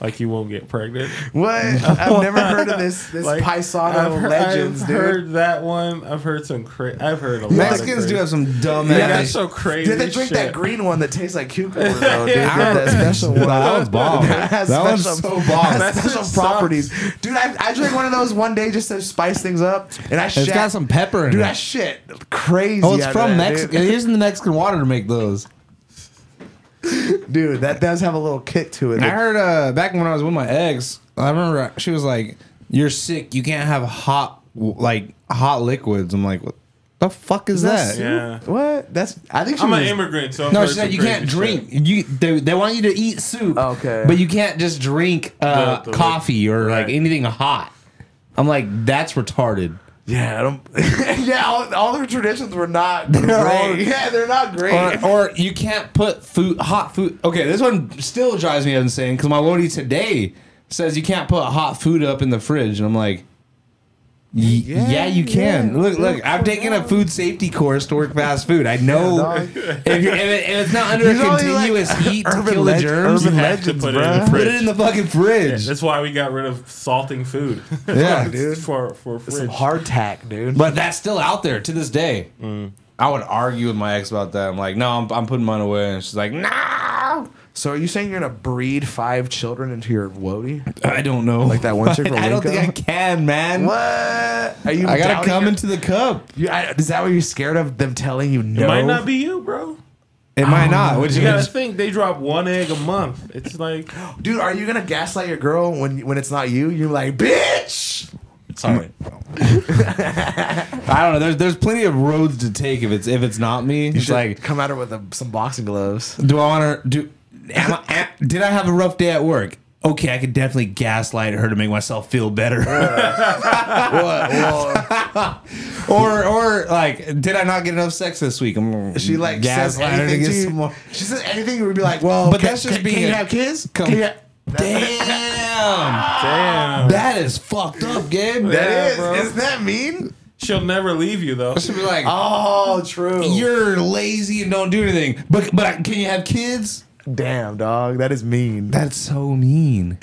Speaker 2: like you won't get pregnant.
Speaker 3: what? I've never heard of this this
Speaker 2: Like,
Speaker 3: Paisano
Speaker 2: I've he-
Speaker 3: legends,
Speaker 2: I've
Speaker 3: dude.
Speaker 2: heard that one. I've heard some. Cra- I've heard a lot.
Speaker 1: Mexicans
Speaker 2: of
Speaker 1: do have some dumb
Speaker 2: Yeah,
Speaker 1: ass.
Speaker 2: that's so crazy.
Speaker 3: Did they drink
Speaker 2: shit.
Speaker 3: that green one that tastes like cucumber though, dude?
Speaker 2: Yeah.
Speaker 3: That- that special one.
Speaker 1: That one's bomb.
Speaker 3: That has
Speaker 1: That one's
Speaker 3: special-
Speaker 1: so bomb.
Speaker 3: has
Speaker 2: That
Speaker 3: special
Speaker 2: shit
Speaker 3: properties, dude. I, I drank one of those one day just to spice things up, and I
Speaker 1: It's
Speaker 3: shat-
Speaker 1: got some pepper in
Speaker 3: Dude,
Speaker 1: it.
Speaker 3: that shit crazy.
Speaker 1: oh, it's
Speaker 3: out
Speaker 1: from
Speaker 3: of that,
Speaker 1: Mexico. Here's in the Mexican water to make those.
Speaker 3: dude. dude. That does have a little kick to it.
Speaker 1: I heard uh, back when I was with my ex, I remember she was like, "You're sick. You can't have hot like hot liquids." I'm like, "What the fuck is that?"
Speaker 2: Yeah.
Speaker 3: What? That's I think she
Speaker 2: I'm
Speaker 3: was,
Speaker 2: an immigrant, so I've
Speaker 1: No,
Speaker 2: heard
Speaker 1: she
Speaker 2: some
Speaker 1: said you
Speaker 2: crazy
Speaker 1: can't
Speaker 2: shit.
Speaker 1: drink. You they, they want you to eat soup.
Speaker 3: Okay.
Speaker 1: But you can't just drink uh,
Speaker 2: The- the-
Speaker 1: coffee or like
Speaker 2: Right.
Speaker 1: anything hot. I'm like, that's retarded.
Speaker 3: Yeah, I don't, yeah. All, all their traditions were not
Speaker 1: all-
Speaker 3: great. yeah, they're not great.
Speaker 1: Or, or you can't put food, hot food. Okay, this one still drives me insane because my lady today says you can't put hot food up in the fridge, and I'm like, y- yeah, you can.
Speaker 3: yeah.
Speaker 1: Look, look, I'm taking a food safety course to work fast food. I know
Speaker 3: dog.
Speaker 1: if, you're, if, it, if it's not under
Speaker 3: These
Speaker 1: a
Speaker 3: are only, like,
Speaker 1: continuous heat to
Speaker 3: urban
Speaker 1: kill the
Speaker 3: leg-
Speaker 1: germs,
Speaker 3: urban
Speaker 2: You
Speaker 1: put
Speaker 2: have to
Speaker 3: Legends,
Speaker 2: put it in
Speaker 3: bruh.
Speaker 2: the fridge.
Speaker 1: it in the fucking fridge.
Speaker 2: That's why we got rid of salting food.
Speaker 1: Yeah,
Speaker 3: dude.
Speaker 2: For for fridge.
Speaker 3: Some hardtack, dude.
Speaker 1: But that's still out there to this day. I would argue with my ex about that. I'm like, no, I'm, I'm putting mine away. And she's like, no.
Speaker 3: So are you saying you're gonna breed five children into your woody?
Speaker 1: I don't know. Like
Speaker 3: that one chick from
Speaker 1: I don't think I
Speaker 3: Winco?
Speaker 1: can, man.
Speaker 3: What? Are you?
Speaker 1: I gotta
Speaker 3: doubting
Speaker 1: come
Speaker 3: your-
Speaker 1: into the cup.
Speaker 3: You, I, is that what you're scared of them telling you no?
Speaker 2: It might not be you, bro.
Speaker 1: It might not. Which
Speaker 2: You
Speaker 1: Oh, you
Speaker 2: gotta think they drop one egg a month. It's like
Speaker 3: Dude, are you gonna gaslight your girl when when it's not you? You're like, bitch.
Speaker 1: sorry. I don't know. There's there's plenty of roads to take if it's if it's not me.
Speaker 3: You
Speaker 1: It's
Speaker 3: should
Speaker 1: like,
Speaker 3: come at her with a, some boxing gloves.
Speaker 1: do I want to do? Am I, am- did I have a rough day at work? Okay, I could definitely gaslight her to make myself feel better. or or like, did I not get enough sex this week? I'm
Speaker 3: she like says
Speaker 1: gaslight her to
Speaker 3: anything
Speaker 1: get
Speaker 3: to you.
Speaker 1: some more.
Speaker 3: She says anything, we'd be like, well,
Speaker 1: But
Speaker 3: can-
Speaker 1: that's just
Speaker 3: can,
Speaker 1: being
Speaker 3: Can you
Speaker 1: a-
Speaker 3: have kids?
Speaker 1: Come-
Speaker 3: Can you ha-
Speaker 1: Damn,
Speaker 3: Ah.
Speaker 2: damn.
Speaker 1: that is fucked up, Gabe.
Speaker 3: That
Speaker 2: Yeah,
Speaker 3: is-
Speaker 2: bro.
Speaker 3: Isn't that mean?
Speaker 2: She'll never leave you though.
Speaker 1: She'd be like,
Speaker 3: Oh, true.
Speaker 1: "You're lazy and don't do anything." But but can you have kids?
Speaker 3: Damn, dog. That is mean.
Speaker 1: That's so mean.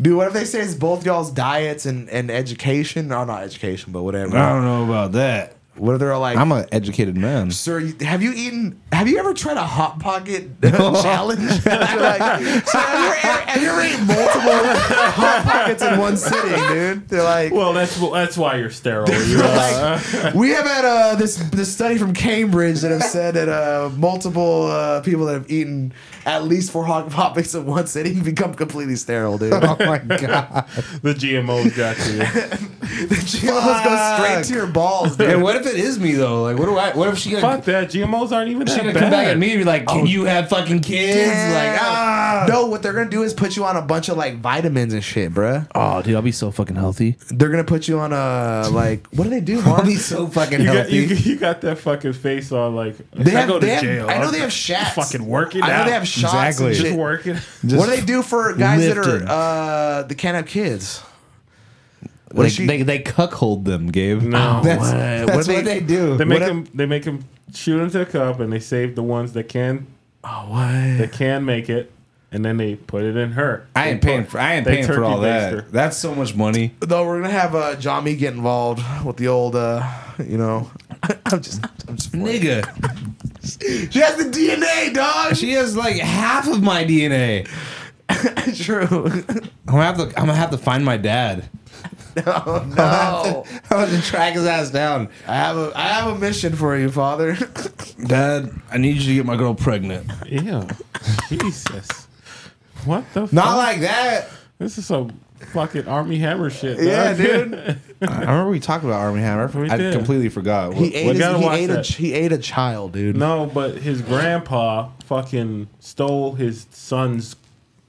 Speaker 3: Dude, what if they say it's both y'all's diets and, and education? No, not education, but whatever.
Speaker 1: I don't know about that.
Speaker 3: What if they're like,
Speaker 1: I'm an educated man.
Speaker 3: sir, you- have you eaten, have you ever tried a Hot uh, Pocket challenge? You're like, sir, have you ever, have you ever eaten multiple Hot pockets in one sitting, dude. They're like,
Speaker 2: Well, that's that's why you're sterile. You're, uh,
Speaker 3: we have had uh, this this study from Cambridge that have said that uh, multiple uh, people that have eaten at least four hot topics in one sitting become completely sterile, dude.
Speaker 1: Oh my god!
Speaker 2: the GMOs got you.
Speaker 3: The GMOs go straight
Speaker 1: Fuck.
Speaker 3: to your balls, dude.
Speaker 1: And what if it is me though? Like, what do I? What if she gonna,
Speaker 2: Fuck that. GMOs aren't even
Speaker 1: she
Speaker 2: that
Speaker 1: gonna
Speaker 2: bad.
Speaker 1: come back at me and be like, "Can you have fucking kids?" Like, ah.
Speaker 3: No, what they're gonna do is put you on a bunch of like vitamins and shit, bruh.
Speaker 1: Oh, dude, I'll be so fucking healthy.
Speaker 3: They're gonna put you on a like what do they do? Mark?
Speaker 1: I'll be so fucking
Speaker 2: You got,
Speaker 1: healthy.
Speaker 2: you, you got that fucking face on like
Speaker 3: They
Speaker 2: if I
Speaker 3: have-
Speaker 2: go to
Speaker 3: they have-
Speaker 2: jail.
Speaker 3: I know
Speaker 2: I'm
Speaker 3: they have shots.
Speaker 2: Fucking working
Speaker 3: I know
Speaker 2: out.
Speaker 3: they have shots
Speaker 1: Exactly. Just
Speaker 2: Just
Speaker 3: and shit.
Speaker 2: working.
Speaker 3: what do they do for guys
Speaker 1: lifted.
Speaker 3: that are uh that can't have kids? What
Speaker 1: They,
Speaker 3: is she-
Speaker 1: they they cuckold them, Gabe.
Speaker 2: No.
Speaker 1: that's,
Speaker 3: what-
Speaker 1: that's
Speaker 3: what
Speaker 1: what,
Speaker 3: they-
Speaker 1: they, do.
Speaker 2: They make
Speaker 3: What-
Speaker 2: them. They make them shoot into a cup, and they save the ones that can
Speaker 3: Oh what?
Speaker 2: that can make it, and then they put it in her.
Speaker 1: I ain't paying for. I ain't
Speaker 2: They
Speaker 1: paying for
Speaker 2: turkey
Speaker 1: all that.
Speaker 2: baster.
Speaker 1: That's so much money.
Speaker 3: Though we're gonna have uh Jami get involved with the old uh you know I'm just I'm just
Speaker 1: Nigga,
Speaker 3: She has the DNA, dog.
Speaker 1: she has like half of my DNA.
Speaker 3: True.
Speaker 1: I'm gonna have to. I'm gonna have to find my dad.
Speaker 3: oh no.
Speaker 1: I'm gonna have to track his ass down.
Speaker 3: I have a I have a mission for you, father.
Speaker 1: Dad, I need you to get my girl pregnant.
Speaker 2: Ew. Jesus. What the?
Speaker 1: Not
Speaker 2: fuck?
Speaker 1: like that.
Speaker 2: this is some fucking army hammer shit.
Speaker 3: Yeah,
Speaker 2: dog.
Speaker 3: dude.
Speaker 1: I remember we talked about Army Hammer.
Speaker 2: We
Speaker 1: I
Speaker 2: did.
Speaker 1: completely forgot. What-
Speaker 3: He ate, his,
Speaker 2: gotta
Speaker 3: he,
Speaker 2: watch
Speaker 3: ate a,
Speaker 2: that.
Speaker 3: he ate a child, dude.
Speaker 2: no, but his grandpa fucking stole his son's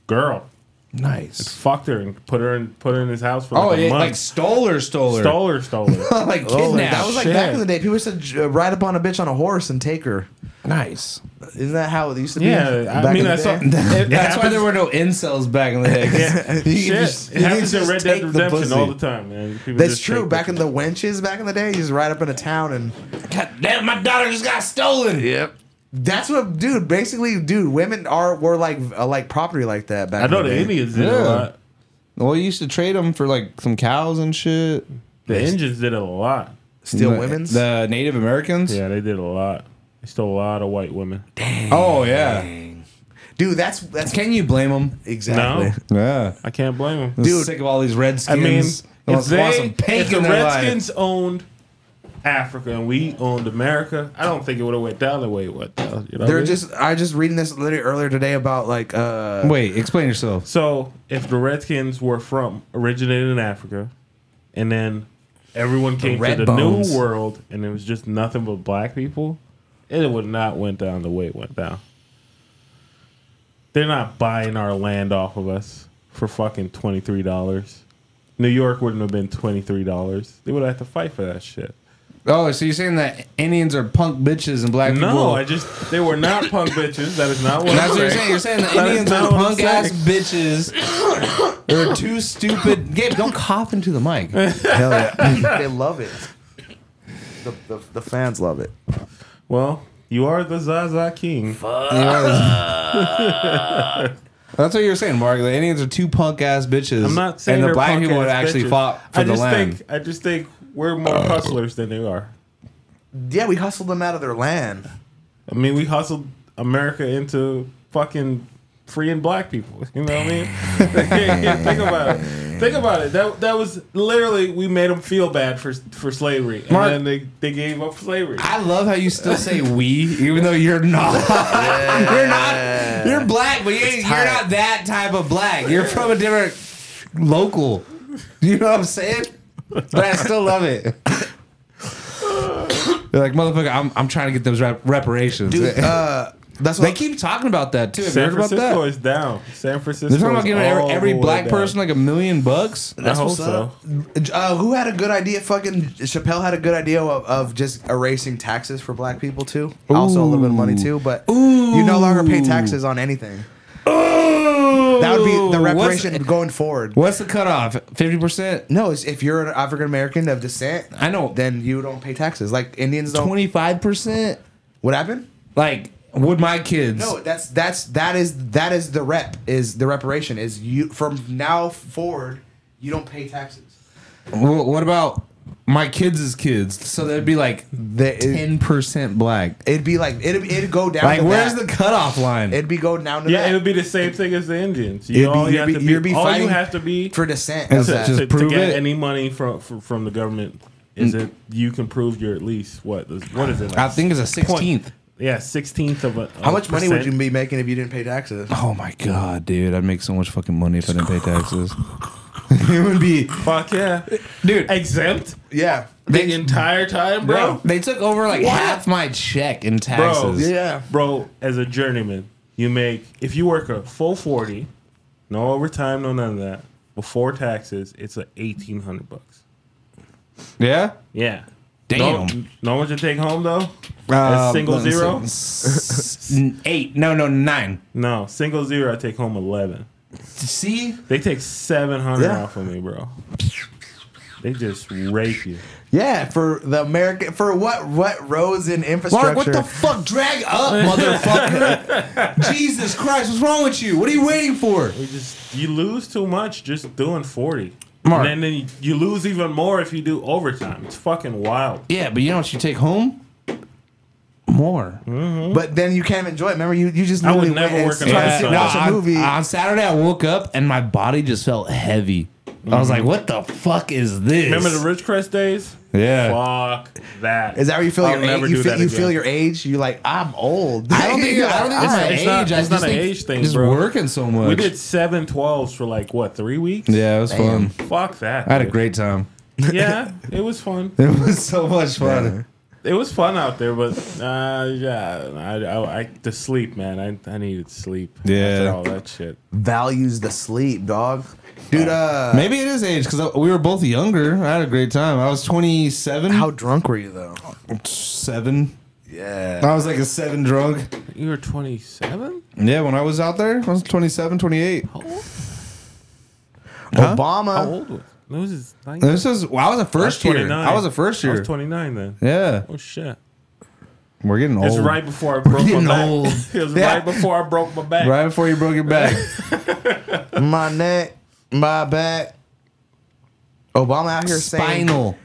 Speaker 2: girl,
Speaker 1: nice.
Speaker 2: fucked her, and put her in put her in his house for
Speaker 1: Oh,
Speaker 2: like a
Speaker 1: it,
Speaker 2: month.
Speaker 1: like stole her, stole her,
Speaker 2: stole her, stole her.
Speaker 1: like
Speaker 3: Oh,
Speaker 1: kidnapped.
Speaker 3: that was like
Speaker 2: Shit.
Speaker 3: back in the day. People used to j- ride up on a bitch on a horse and take her.
Speaker 1: nice.
Speaker 3: Isn't that how it used to be?
Speaker 2: yeah,
Speaker 3: back
Speaker 2: I mean
Speaker 3: in the
Speaker 2: that's
Speaker 3: day?
Speaker 2: all- it- it
Speaker 1: That's why
Speaker 2: happens-
Speaker 1: there were no incels back in the day. 'cause you could
Speaker 2: Shit,
Speaker 1: just-
Speaker 2: it
Speaker 1: you could
Speaker 2: happens in
Speaker 1: just
Speaker 2: Red Dead
Speaker 1: take the
Speaker 2: Redemption
Speaker 1: pussy.
Speaker 2: all the time, man. People
Speaker 3: That's
Speaker 2: just
Speaker 3: true.
Speaker 2: take
Speaker 3: Back
Speaker 2: the-
Speaker 3: in the wenches, back in the day, you just ride up in a town and.
Speaker 1: God damn, my daughter just got stolen.
Speaker 3: Yep. That's what, dude. Basically, dude, women are were like uh, like property like that back.
Speaker 2: I know
Speaker 3: in the
Speaker 2: the
Speaker 3: day.
Speaker 2: Indians did
Speaker 1: Yeah.
Speaker 2: a lot.
Speaker 1: Well, you used to trade them for like some cows and shit.
Speaker 2: The Indians did it a lot.
Speaker 3: Steal
Speaker 1: The-
Speaker 3: women's.
Speaker 1: The Native Americans.
Speaker 2: Yeah, they did a lot. They stole a lot of white women.
Speaker 1: Oh yeah.
Speaker 3: dude, that's that's
Speaker 1: Can you blame them?
Speaker 3: exactly.
Speaker 2: No.
Speaker 1: Yeah.
Speaker 2: I can't blame them.
Speaker 1: Dude,
Speaker 3: Dude.
Speaker 1: sick of all these
Speaker 2: I
Speaker 1: Redskins.
Speaker 2: mean, if
Speaker 1: want- want
Speaker 2: they,
Speaker 1: some pink
Speaker 2: if the
Speaker 1: in their life.
Speaker 2: Redskins owned Africa and we owned America, I don't think it would have went down the way it went down. You know what I
Speaker 3: They're
Speaker 2: mean?
Speaker 3: just I just reading this literally earlier today about like uh
Speaker 1: Wait, explain yourself.
Speaker 2: so if the Redskins were from originated in Africa, and then everyone came
Speaker 3: Red
Speaker 2: to the
Speaker 3: Bones.
Speaker 2: New World, and it was just nothing but black people, it would not went down the way it went down. They're not buying our land off of us for fucking twenty three dollars. New York wouldn't have been twenty three dollars. They would have had to fight for that shit.
Speaker 1: Oh, so you're saying that Indians are punk bitches and black people?
Speaker 2: No, I just they were not punk bitches. That is not what
Speaker 1: That's
Speaker 2: I'm
Speaker 1: what you're
Speaker 2: saying.
Speaker 1: saying. You're saying the
Speaker 2: That
Speaker 1: Indians
Speaker 2: is
Speaker 1: are
Speaker 2: not what I'm
Speaker 1: punk ass
Speaker 2: saying.
Speaker 1: bitches. They're too stupid. Gabe, don't cough into the mic.
Speaker 3: hell yeah, they love it. The, the, the fans love it.
Speaker 2: Well, you are the Zaza King.
Speaker 1: That's what you're saying, Mark. The Indians are two punk ass bitches.
Speaker 2: I'm not saying
Speaker 1: and the
Speaker 2: they're
Speaker 1: black people
Speaker 2: punk-ass
Speaker 1: would actually
Speaker 2: bitches.
Speaker 1: fought for
Speaker 2: I
Speaker 1: the
Speaker 2: just
Speaker 1: land. Uh,
Speaker 2: Think, I just think we're more hustlers than they are.
Speaker 3: Yeah, we hustled them out of their land.
Speaker 2: I mean, we hustled America into fucking freeing black people. You know what I mean? think about it. Think about it. That that was literally we made them feel bad for for slavery, and
Speaker 1: Mark-
Speaker 2: then they, they gave up slavery.
Speaker 1: I love how you still say we, even though you're not. you're not. You're black, but you ain't, you're
Speaker 3: tight.
Speaker 1: not that type of black. You're from a different local. You know what I'm saying? But I still love it. They're like, motherfucker, I'm, I'm trying to get those rep- reparations.
Speaker 3: Dude, uh, that's what
Speaker 1: they keep talking about that too. Have you
Speaker 2: San
Speaker 1: heard about
Speaker 2: Francisco
Speaker 1: that?
Speaker 2: is down. San Francisco.
Speaker 1: They're talking about
Speaker 2: is
Speaker 1: giving every,
Speaker 2: all
Speaker 1: every
Speaker 2: the way
Speaker 1: black
Speaker 2: down.
Speaker 1: person like a million bucks.
Speaker 2: I hope
Speaker 3: What's
Speaker 2: so.
Speaker 3: up? Uh, who had a good idea? Fucking Chappelle had a good idea of, of just erasing taxes for black people too. Also a little bit of money too, but you no longer pay taxes on anything. That would be the reparation
Speaker 1: What's,
Speaker 3: going forward.
Speaker 1: what's the cutoff? Fifty percent?
Speaker 3: No, it's if you're an African American of descent,
Speaker 1: I know.
Speaker 3: then you don't pay taxes. Like Indians don't.
Speaker 1: Twenty five percent?
Speaker 3: What happened?
Speaker 1: Like, would my kids?
Speaker 3: No, that's that's that is that is the rep is the reparation is you from now forward you don't pay taxes.
Speaker 1: Wh- What about my kids' kids. So that'd be like
Speaker 3: That it,
Speaker 1: ten percent black.
Speaker 3: would be like it'd it'd go down.
Speaker 1: Like,
Speaker 3: to
Speaker 1: where's
Speaker 3: that.
Speaker 1: the cutoff line?
Speaker 3: It'd be go down to
Speaker 2: Yeah,
Speaker 3: that
Speaker 2: it would be the same thing as the Indians.
Speaker 3: You'd
Speaker 2: You
Speaker 3: be-
Speaker 2: all
Speaker 3: you'd
Speaker 2: you have
Speaker 3: be-
Speaker 2: to
Speaker 3: you'd be
Speaker 2: be all you
Speaker 3: fighting
Speaker 2: have to be
Speaker 3: for dissent.
Speaker 1: It's
Speaker 3: of that.
Speaker 1: just-
Speaker 2: to, to
Speaker 1: prove
Speaker 2: get
Speaker 1: it.
Speaker 2: any money from from from the government is it you can prove you're at least what is- what is it? Like
Speaker 1: I think it's a sixteenth.
Speaker 2: yeah, sixteenth of a.
Speaker 3: How much money would you be making if you didn't pay taxes?
Speaker 1: Oh my god, dude! I'd make so much fucking money if I didn't pay taxes. it would be,
Speaker 2: Fuck yeah,
Speaker 1: dude.
Speaker 2: exempt
Speaker 3: Yeah,
Speaker 2: the entire time, bro.
Speaker 1: They took over like
Speaker 2: What?
Speaker 1: half my check in taxes.
Speaker 2: Bro,
Speaker 3: yeah.
Speaker 2: bro. As a journeyman, you make if you work a full forty, no overtime, no none of that. Before taxes, it's a eighteen hundred bucks.
Speaker 1: Yeah.
Speaker 2: Yeah.
Speaker 1: Damn.
Speaker 2: No, no one to take home though.
Speaker 1: Uh,
Speaker 2: A single
Speaker 1: let me
Speaker 2: zero?
Speaker 1: s- n- Eight. No, no, nine.
Speaker 2: No, single zero. I take home eleven.
Speaker 1: See?
Speaker 2: They take seven hundred
Speaker 3: Yeah.
Speaker 2: off of me, bro. They just rape you.
Speaker 3: yeah. For the American, for what what roads in infrastructure?
Speaker 1: Mark, what the fuck? Drag up, motherfucker. Jesus Christ, what's wrong with you? What are you waiting for?
Speaker 2: You just you lose too much just doing forty.
Speaker 1: Mark.
Speaker 2: And then, then you lose even more if you do overtime. It's fucking wild.
Speaker 1: Yeah, but you know what you take home? More.
Speaker 3: but then you can't enjoy it. Remember, you you just
Speaker 2: I would
Speaker 3: literally
Speaker 2: never
Speaker 3: went
Speaker 2: work
Speaker 3: and
Speaker 2: in
Speaker 3: tried to
Speaker 2: that
Speaker 3: sit,
Speaker 2: zone.
Speaker 3: watch
Speaker 1: No,
Speaker 3: a
Speaker 1: on-
Speaker 3: movie.
Speaker 1: On, Saturday, I woke up and my body just felt heavy. I was like, what the fuck is this?
Speaker 2: Remember the Ridgecrest days?
Speaker 1: Yeah.
Speaker 2: Fuck that.
Speaker 3: Is that where you feel
Speaker 2: I'll
Speaker 3: your
Speaker 2: never
Speaker 3: age? You
Speaker 2: do
Speaker 3: feel,
Speaker 2: that
Speaker 3: you
Speaker 2: again.
Speaker 3: feel your age. You're like, I'm old.
Speaker 1: I don't think, I don't think it's
Speaker 3: All
Speaker 1: an
Speaker 3: right.
Speaker 2: It's
Speaker 1: age.
Speaker 2: not-
Speaker 1: I
Speaker 2: it's
Speaker 1: just
Speaker 2: not an
Speaker 1: think
Speaker 2: age thing,
Speaker 1: Just
Speaker 2: bro.
Speaker 1: working so much.
Speaker 2: We did seven twelves for like what three weeks?
Speaker 1: Yeah, it was
Speaker 3: Damn.
Speaker 1: fun.
Speaker 2: Fuck that.
Speaker 1: I had a
Speaker 2: dude.
Speaker 1: great time.
Speaker 2: Yeah, it was fun.
Speaker 1: It was so much fun.
Speaker 2: It was fun out there, but uh, yeah, I, I, I the sleep, man. I, I needed sleep.
Speaker 1: Yeah.
Speaker 2: after all that shit.
Speaker 3: Values the sleep, dog. Dude, uh,
Speaker 1: Maybe it is age because we were both younger. I had a great time. I was 27,
Speaker 3: how drunk were you though?
Speaker 1: seven.
Speaker 3: Yeah.
Speaker 1: I was like a seven drunk.
Speaker 2: You were twenty seven.
Speaker 1: Yeah, when I was out there, I was 27, 28.
Speaker 2: How
Speaker 3: Obama.
Speaker 2: old was? No, this is like- I was
Speaker 1: This is well, I was a first year.
Speaker 2: 29.
Speaker 1: I was a first
Speaker 2: I
Speaker 1: year.
Speaker 2: was twenty nine then.
Speaker 1: yeah,
Speaker 2: Oh shit!
Speaker 1: we're getting old.
Speaker 2: It's right before I broke my
Speaker 1: getting
Speaker 2: back.
Speaker 1: old.
Speaker 2: it was
Speaker 3: Yeah.
Speaker 2: right before I broke my back.
Speaker 1: Right before you broke your back.
Speaker 3: My neck, my back. Obama out here saying
Speaker 1: Spinal.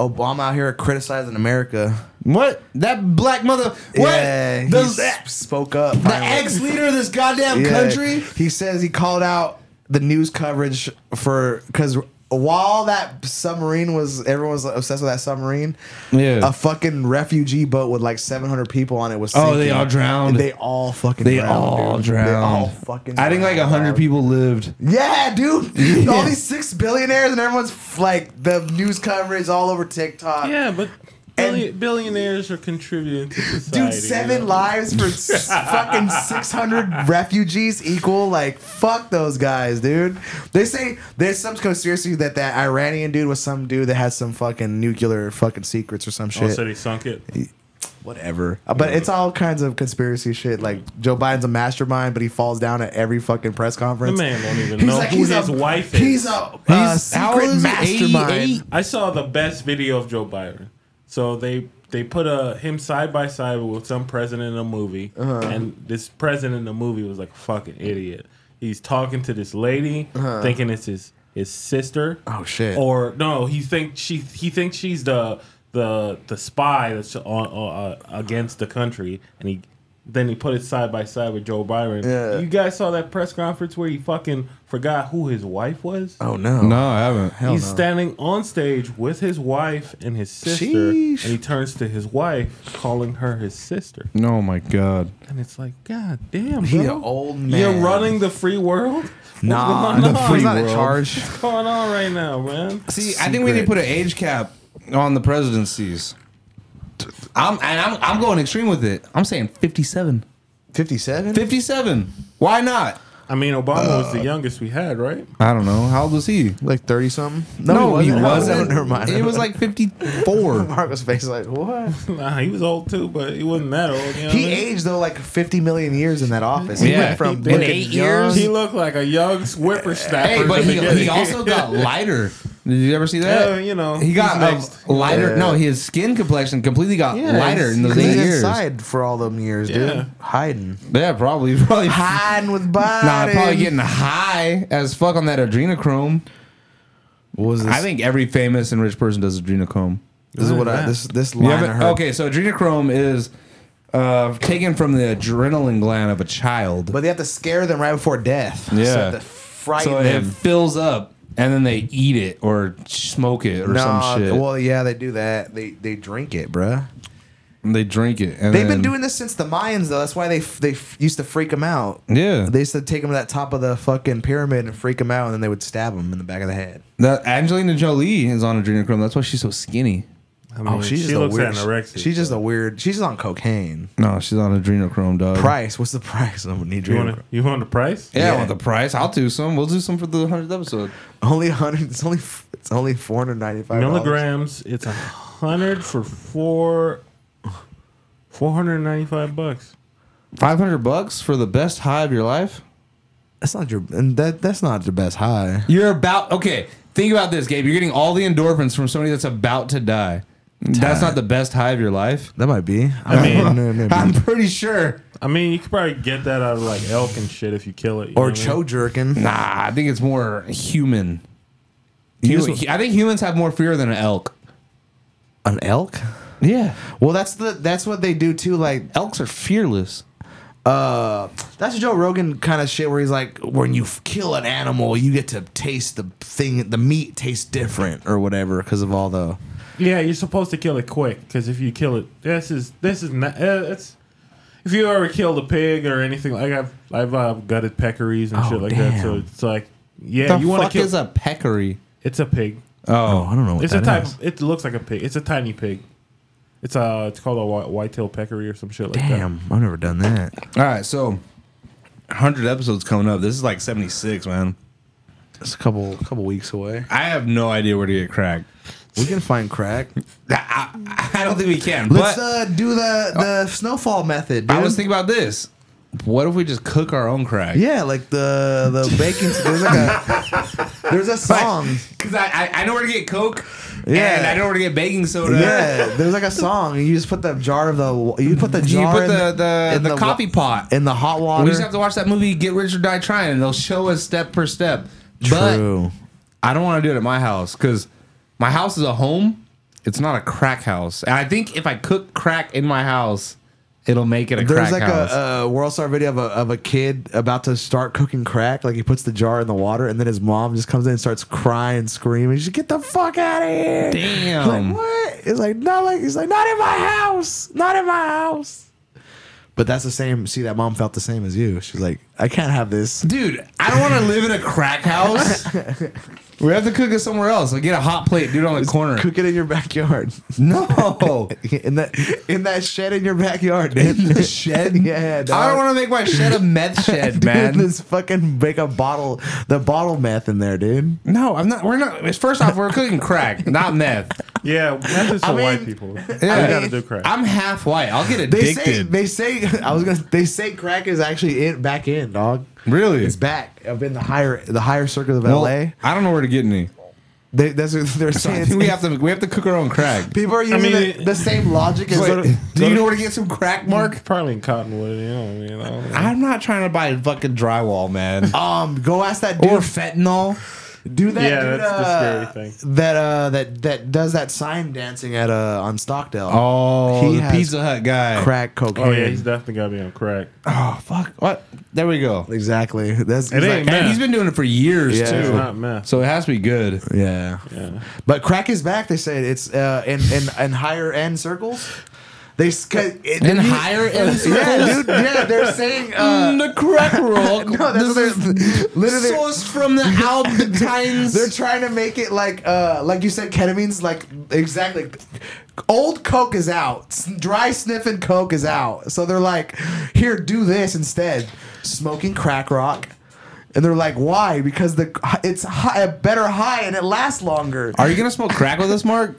Speaker 3: Obama out here criticizing America.
Speaker 1: What? That black mother. What?
Speaker 3: Yeah, he
Speaker 1: the e,
Speaker 3: s- spoke up.
Speaker 1: the
Speaker 3: finally.
Speaker 1: ex leader of this goddamn
Speaker 3: Yeah.
Speaker 1: country.
Speaker 3: He says he called out the news coverage for because while that submarine was everyone was obsessed with that submarine.
Speaker 1: Yeah.
Speaker 3: A fucking refugee boat with like 700 people on it was.
Speaker 1: Oh, they
Speaker 3: sinking.
Speaker 1: all drowned.
Speaker 3: They all fucking.
Speaker 1: they
Speaker 3: drowned,
Speaker 1: all
Speaker 3: dude.
Speaker 1: drowned.
Speaker 3: They all fucking.
Speaker 1: I think like
Speaker 3: drowned,
Speaker 1: hundred
Speaker 3: dog.
Speaker 1: people lived.
Speaker 3: Yeah, dude. All these six billionaires and everyone's f- like the news coverage all over TikTok.
Speaker 2: Yeah, but billi- billionaires are contributing to society.
Speaker 3: Dude,
Speaker 2: you
Speaker 3: seven
Speaker 2: know?
Speaker 3: lives for s- fucking 600 refugees equal like fuck those guys, dude. They say there's some conspiracy that that Iranian dude was some dude that has some fucking nuclear fucking secrets or some
Speaker 2: Oh,
Speaker 3: shit.
Speaker 2: so they sunk it.
Speaker 3: Whatever. But it's all kinds of conspiracy shit. Like Joe Biden's a mastermind, but he falls down at every fucking press
Speaker 2: The
Speaker 3: conference.
Speaker 2: man don't even know who his wife is.
Speaker 3: He's a uh,
Speaker 1: how old
Speaker 3: secret
Speaker 1: is he?
Speaker 3: mastermind.
Speaker 1: 88?
Speaker 2: I saw the best video of Joe Biden. So they they put a him side by side with some president in a movie,
Speaker 3: Uh-huh.
Speaker 2: and this president in the movie was like a fucking idiot. He's talking to this lady, thinking it's his his sister.
Speaker 3: Uh-huh. Oh, shit.
Speaker 2: Or no, he thinks she he thinks she's the the the spy that's on uh, against the country, and he. Then he put it side by side with Joe Biden.
Speaker 3: Yeah.
Speaker 2: You guys saw that press conference where he fucking forgot who his wife was?
Speaker 3: Oh no.
Speaker 1: I haven't. Hell
Speaker 2: He's standing on stage with his wife and his sister,
Speaker 3: Sheesh.
Speaker 2: and he turns to his wife, calling her his sister.
Speaker 1: no, my God.
Speaker 2: And it's like, God damn,
Speaker 3: He
Speaker 2: bro.
Speaker 3: an old man.
Speaker 2: You're running the free world? What's
Speaker 3: Nah,
Speaker 2: going
Speaker 3: the
Speaker 2: on?
Speaker 3: free
Speaker 2: What's
Speaker 3: not in
Speaker 1: world.
Speaker 3: charge.
Speaker 2: going on right now, man?
Speaker 1: See, I think we need to put an age cap on the presidencies. I'm and I'm I'm going extreme with it. I'm saying 57.
Speaker 3: 57?
Speaker 1: 57. Why not?
Speaker 2: I mean, Obama was
Speaker 1: Uh.
Speaker 2: the youngest we had, right?
Speaker 1: I don't know. How old was he?
Speaker 3: Like 30 something?
Speaker 1: No, he
Speaker 3: Oh,
Speaker 1: wasn't.
Speaker 3: never mind.
Speaker 1: It was like 54.
Speaker 3: Marco's face is like, what?
Speaker 2: Nah, he was old too, but he wasn't that old. You know
Speaker 3: He
Speaker 2: what I mean?
Speaker 3: aged though like 50 million years in that office. He
Speaker 1: Yeah.
Speaker 3: went from
Speaker 1: In
Speaker 3: looking
Speaker 1: eight
Speaker 3: young-
Speaker 1: years?
Speaker 2: He looked like a young whippersnapper.
Speaker 1: hey,
Speaker 2: in
Speaker 1: but
Speaker 2: the
Speaker 1: he,
Speaker 2: beginning.
Speaker 1: he also got lighter. Did you ever see that?
Speaker 2: Yeah, you know,
Speaker 1: he got
Speaker 2: he's
Speaker 1: a
Speaker 2: mixed.
Speaker 1: lighter.
Speaker 3: Yeah.
Speaker 1: No, his skin complexion completely got
Speaker 3: Yeah,
Speaker 1: lighter
Speaker 3: he's-
Speaker 1: in those
Speaker 3: he was
Speaker 1: eight years.
Speaker 3: inside for all them years,
Speaker 2: Yeah.
Speaker 3: dude. Hiding.
Speaker 1: Yeah, probably, probably.
Speaker 3: Hiding with Biden.
Speaker 1: Nah, probably getting high as fuck on that adrenochrome.
Speaker 3: What was this?
Speaker 1: I think every famous and rich person does adrenochrome.
Speaker 3: this is what I this this line I
Speaker 1: You ever-
Speaker 3: heard.
Speaker 1: okay, so adrenochrome is uh, taken from the adrenaline gland of a child.
Speaker 3: but they have to scare them right before death.
Speaker 1: Yeah.
Speaker 3: so to frighten
Speaker 1: so it
Speaker 3: them.
Speaker 1: fills up, and then they eat it or smoke it or
Speaker 3: Nah,
Speaker 1: some shit.
Speaker 3: Well, yeah, they do that. They they drink it, bruh.
Speaker 1: and they drink it. And
Speaker 3: They've been
Speaker 1: then-
Speaker 3: doing this since the Mayans, though. That's why they f- they f- used to freak them out.
Speaker 1: Yeah.
Speaker 3: They used to take them to that top of the fucking pyramid and freak them out, and then they would stab them in the back of the head.
Speaker 1: That Angelina Jolie is on adrenochrome. That's why she's so skinny.
Speaker 2: I
Speaker 3: Oh,
Speaker 2: mean, she looks anorexic.
Speaker 3: She's just a weird. She's on cocaine.
Speaker 1: No, she's on adrenochrome, dog.
Speaker 3: Price? What's the price? I'm gonna need
Speaker 2: You
Speaker 3: your-
Speaker 2: want you want the price?
Speaker 1: Yeah,
Speaker 3: Yeah.
Speaker 1: with the price. I'll do some. We'll do some for the hundredth episode.
Speaker 3: only hundred. It's only f- it's only four hundred ninety five
Speaker 2: Milligrams. It's a hundred for four. Four hundred ninety-five bucks.
Speaker 1: Five hundred bucks for the best high of your life.
Speaker 3: That's not your. And that that's not your best high.
Speaker 1: You're about okay. Think about this, Gabe. You're getting all the endorphins from somebody that's about to die. That's not the best high of your life.
Speaker 3: That might be.
Speaker 2: I mean-
Speaker 3: No, no, no.
Speaker 1: I'm pretty sure.
Speaker 2: I mean, you could probably get that out of like elk and shit if you kill it. you know
Speaker 3: or
Speaker 2: what I mean?
Speaker 3: cho jerkin.
Speaker 1: Nah, I think it's more human.
Speaker 3: You-
Speaker 1: Hu- I think humans have more fear than an elk.
Speaker 3: An elk.
Speaker 1: Yeah,
Speaker 3: Well, that's the that's what they do too. Like
Speaker 1: elks are fearless.
Speaker 3: uh that's Joe Rogan kind of shit where he's like, when you f- kill an animal, you get to taste the thing, the meat tastes different or whatever because of all the.
Speaker 2: Yeah, you're supposed to kill it quick because if you kill it, this is this is not. Uh, it's if you ever killed a pig or anything like I've I've uh, gutted peccaries and
Speaker 3: Oh,
Speaker 2: shit like that. So
Speaker 3: damn.
Speaker 2: it's like yeah,
Speaker 1: the
Speaker 2: you want to
Speaker 1: fuck
Speaker 2: kill.
Speaker 1: is a peccary?
Speaker 2: it's a pig.
Speaker 3: Oh, I don't know. What
Speaker 2: It's a type.
Speaker 3: is.
Speaker 2: It looks like a pig. It's a tiny pig. It's uh it's called a white whitetail peccary or some shit like that.
Speaker 3: Damn, I've never done that.
Speaker 1: All right, so 100 episodes coming up. This is like 76, man.
Speaker 3: It's a couple couple weeks away.
Speaker 1: I have no idea where to get cracked.
Speaker 3: We can find crack.
Speaker 1: I, I- I don't think we can.
Speaker 3: Let's
Speaker 1: but Oh.
Speaker 3: uh, do the the snowfall method. Dude.
Speaker 1: I was thinking about this. What if we just cook our own crack?
Speaker 3: yeah, like the the baking. There's like a there's a song.
Speaker 1: Because I, I, I know where to get Coke.
Speaker 3: Yeah.
Speaker 1: And I know where to get baking soda.
Speaker 3: Yeah, there's like a song. You just put the jar of the you put the
Speaker 1: You
Speaker 3: jar
Speaker 1: put
Speaker 3: in
Speaker 1: the, the,
Speaker 3: in
Speaker 1: the,
Speaker 3: wa-
Speaker 1: coffee pot.
Speaker 3: in the hot water.
Speaker 1: We just have to watch that movie, Get Rich or Die Trying, and they'll show us step per step. But
Speaker 3: True.
Speaker 1: I don't want to do it at my house because my house is a home. It's not a crack house. And I think if I cook crack in my house, it'll make it a
Speaker 3: There's
Speaker 1: crack
Speaker 3: like
Speaker 1: house.
Speaker 3: a, uh, a world star video of a, of a kid about to start cooking crack. Like he puts the jar in the water, and then his mom just comes in and starts crying, screaming. She's like, "Get the fuck out of here!"
Speaker 1: Damn.
Speaker 3: Like, what? It's like not like he's like not in my house, not in my house. But that's the same. See, that mom felt the same as you. She's like, I can't have this.
Speaker 1: Dude, I don't want to live in a crack house. we have to cook it somewhere else. Like get a hot plate, dude, on the corner.
Speaker 3: Cook it in your backyard.
Speaker 1: No.
Speaker 3: in that in that shed in your backyard. In
Speaker 1: the shed?
Speaker 3: yeah.
Speaker 1: I don't
Speaker 3: dog.
Speaker 1: want to make my shed a meth shed, man.
Speaker 3: This fucking make a bottle, the bottle meth in there, dude.
Speaker 1: No, I'm not. We're not. First off, we're cooking crack, not meth.
Speaker 2: Yeah, that's just for
Speaker 3: I
Speaker 2: white
Speaker 3: mean-
Speaker 2: people.
Speaker 1: Yeah.
Speaker 2: you gotta do crack.
Speaker 1: I'm half white. I'll get
Speaker 3: They
Speaker 1: addicted.
Speaker 3: say they say I was gonna. They say crack is actually in back in dog.
Speaker 1: really?
Speaker 3: It's back up in the higher the higher circle of LA.
Speaker 1: I don't know where to get any.
Speaker 3: They, that's what they're
Speaker 1: So I
Speaker 3: saying.
Speaker 1: think we have to. We have to cook our own crack.
Speaker 3: People are using
Speaker 2: mean-
Speaker 3: the, the same logic as
Speaker 1: Wait,
Speaker 3: what-
Speaker 1: do you know where to get some crack, Mark?
Speaker 2: Probably in Cottonwood, you know. You know.
Speaker 1: I'm not trying to buy fucking drywall, man.
Speaker 3: um go ask that dude
Speaker 1: or fentanyl.
Speaker 3: do that
Speaker 2: Yeah,
Speaker 3: dude
Speaker 2: that's the
Speaker 3: uh,
Speaker 2: scary
Speaker 3: that uh that that does that sign dancing at uh on Stockdale.
Speaker 1: Oh,
Speaker 3: He
Speaker 1: the
Speaker 3: has
Speaker 1: Pizza Hut guy.
Speaker 3: crack cocaine.
Speaker 2: Oh yeah, he's definitely gotta be on crack.
Speaker 1: Oh fuck! What? There we go.
Speaker 3: exactly. That's
Speaker 2: It
Speaker 3: he's
Speaker 2: ain't
Speaker 3: like-
Speaker 1: And he's been doing it for years
Speaker 3: Yeah.
Speaker 2: It's
Speaker 1: too.
Speaker 2: not meth.
Speaker 1: So it has to be good.
Speaker 3: yeah.
Speaker 2: Yeah.
Speaker 3: But crack is back. They say it's uh in in, in higher end circles. They s- 'cause it,
Speaker 1: And
Speaker 3: you-
Speaker 1: higher end
Speaker 3: Yeah, dude. Yeah, they're saying uh
Speaker 1: Mm, the crack rock.
Speaker 3: no, that's what they're literally
Speaker 1: sourced from the Albertines.
Speaker 3: They're trying to make it like, uh, like you said, ketamine's like exactly. Old coke is out. S- Dry sniffing coke is out. So they're like, here, do this instead. Smoking crack rock. And they're like, why? Because the it's high, a better high and it lasts longer.
Speaker 1: Are you gonna smoke crack with us, Mark?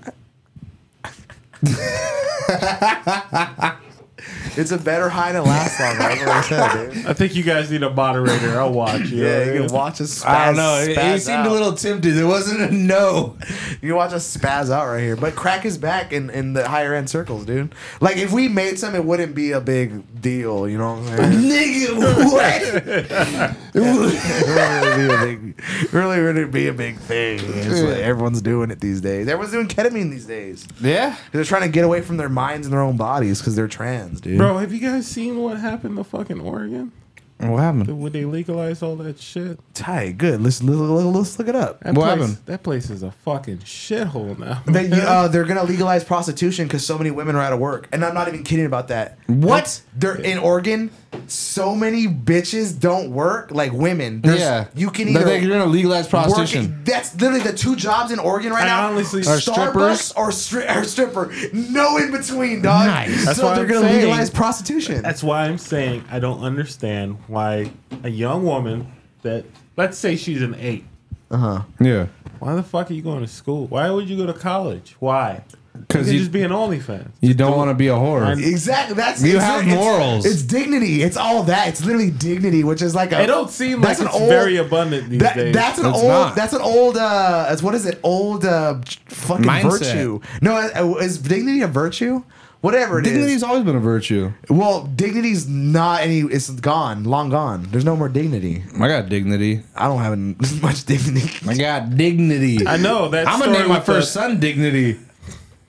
Speaker 3: It's a better high than last song. I've ever said, dude.
Speaker 2: I think you guys need a moderator. I'll watch you.
Speaker 3: Yeah, you can watch us. Spaz,
Speaker 1: I don't know. It,
Speaker 3: spaz
Speaker 1: it seemed
Speaker 3: out.
Speaker 1: a little tempted. It wasn't a no.
Speaker 3: You can watch us spaz out right here. But crack is back in, in the higher end circles, dude. Like if we made some, it wouldn't be a big deal. You know what I'm saying?
Speaker 1: Nigga, what?
Speaker 3: it wouldn't really be a big, it really wouldn't be a big thing. It's like everyone's doing it these days. Everyone's doing ketamine these days.
Speaker 1: yeah.
Speaker 3: They're trying to get away from their minds and their own bodies because they're trans, dude.
Speaker 2: Bro, have you guys seen what happened to fucking Oregon?
Speaker 1: What happened?
Speaker 2: When they legalized all that shit?
Speaker 3: tight. Good. Let's, let's, let's look it up.
Speaker 2: That
Speaker 1: What
Speaker 2: place,
Speaker 1: happened?
Speaker 2: That place is a fucking shithole now.
Speaker 3: They, you- uh, they're gonna legalize prostitution because so many women are out of work, and I'm not even kidding about that.
Speaker 1: What?
Speaker 3: They're in Oregon. So many bitches don't work, like women. There's,
Speaker 1: yeah.
Speaker 3: you can
Speaker 1: Like,
Speaker 3: either
Speaker 1: They're going to legalize
Speaker 3: work.
Speaker 1: prostitution.
Speaker 3: That's literally the two jobs in Oregon right
Speaker 2: I
Speaker 3: now.
Speaker 2: honestly- Are
Speaker 1: strippers?
Speaker 3: Starbucks or, stri- or stripper. No in between, dog.
Speaker 1: Nice.
Speaker 2: That's
Speaker 3: so
Speaker 2: what
Speaker 3: they're
Speaker 2: I'm
Speaker 3: gonna
Speaker 2: saying.
Speaker 3: legalize prostitution.
Speaker 2: That's why I'm saying I don't understand why a young woman that, let's say she's an eight.
Speaker 1: Yeah.
Speaker 2: Why the fuck are you going to school? Why would you go to college? Why?
Speaker 1: Because
Speaker 2: You
Speaker 1: you,
Speaker 2: just be an OnlyFans.
Speaker 1: you don't want to be a whore.
Speaker 3: Exactly. That's
Speaker 1: You
Speaker 3: it's
Speaker 1: have
Speaker 3: literally- it's-
Speaker 1: morals.
Speaker 3: It's, dignity. It's all that. It's literally dignity, which is like a.
Speaker 2: It don't seem like
Speaker 3: that's an
Speaker 2: it's
Speaker 3: old-
Speaker 2: very abundant these
Speaker 3: That,
Speaker 2: days.
Speaker 3: that's an
Speaker 1: It's
Speaker 3: old.
Speaker 1: not.
Speaker 3: That's an old. Uh, it's- what is it? Old uh, fucking
Speaker 1: Mindset.
Speaker 3: virtue. No, uh, is dignity a virtue? Whatever it is.
Speaker 1: Dignity's always been a virtue.
Speaker 3: Well, dignity's not any. It's gone. Long gone. There's no more dignity.
Speaker 1: I got dignity.
Speaker 3: I don't have an- much dignity.
Speaker 1: I got dignity.
Speaker 2: I know that.
Speaker 1: I'm going to
Speaker 2: story
Speaker 1: name my
Speaker 2: with the-
Speaker 1: first son Dignity.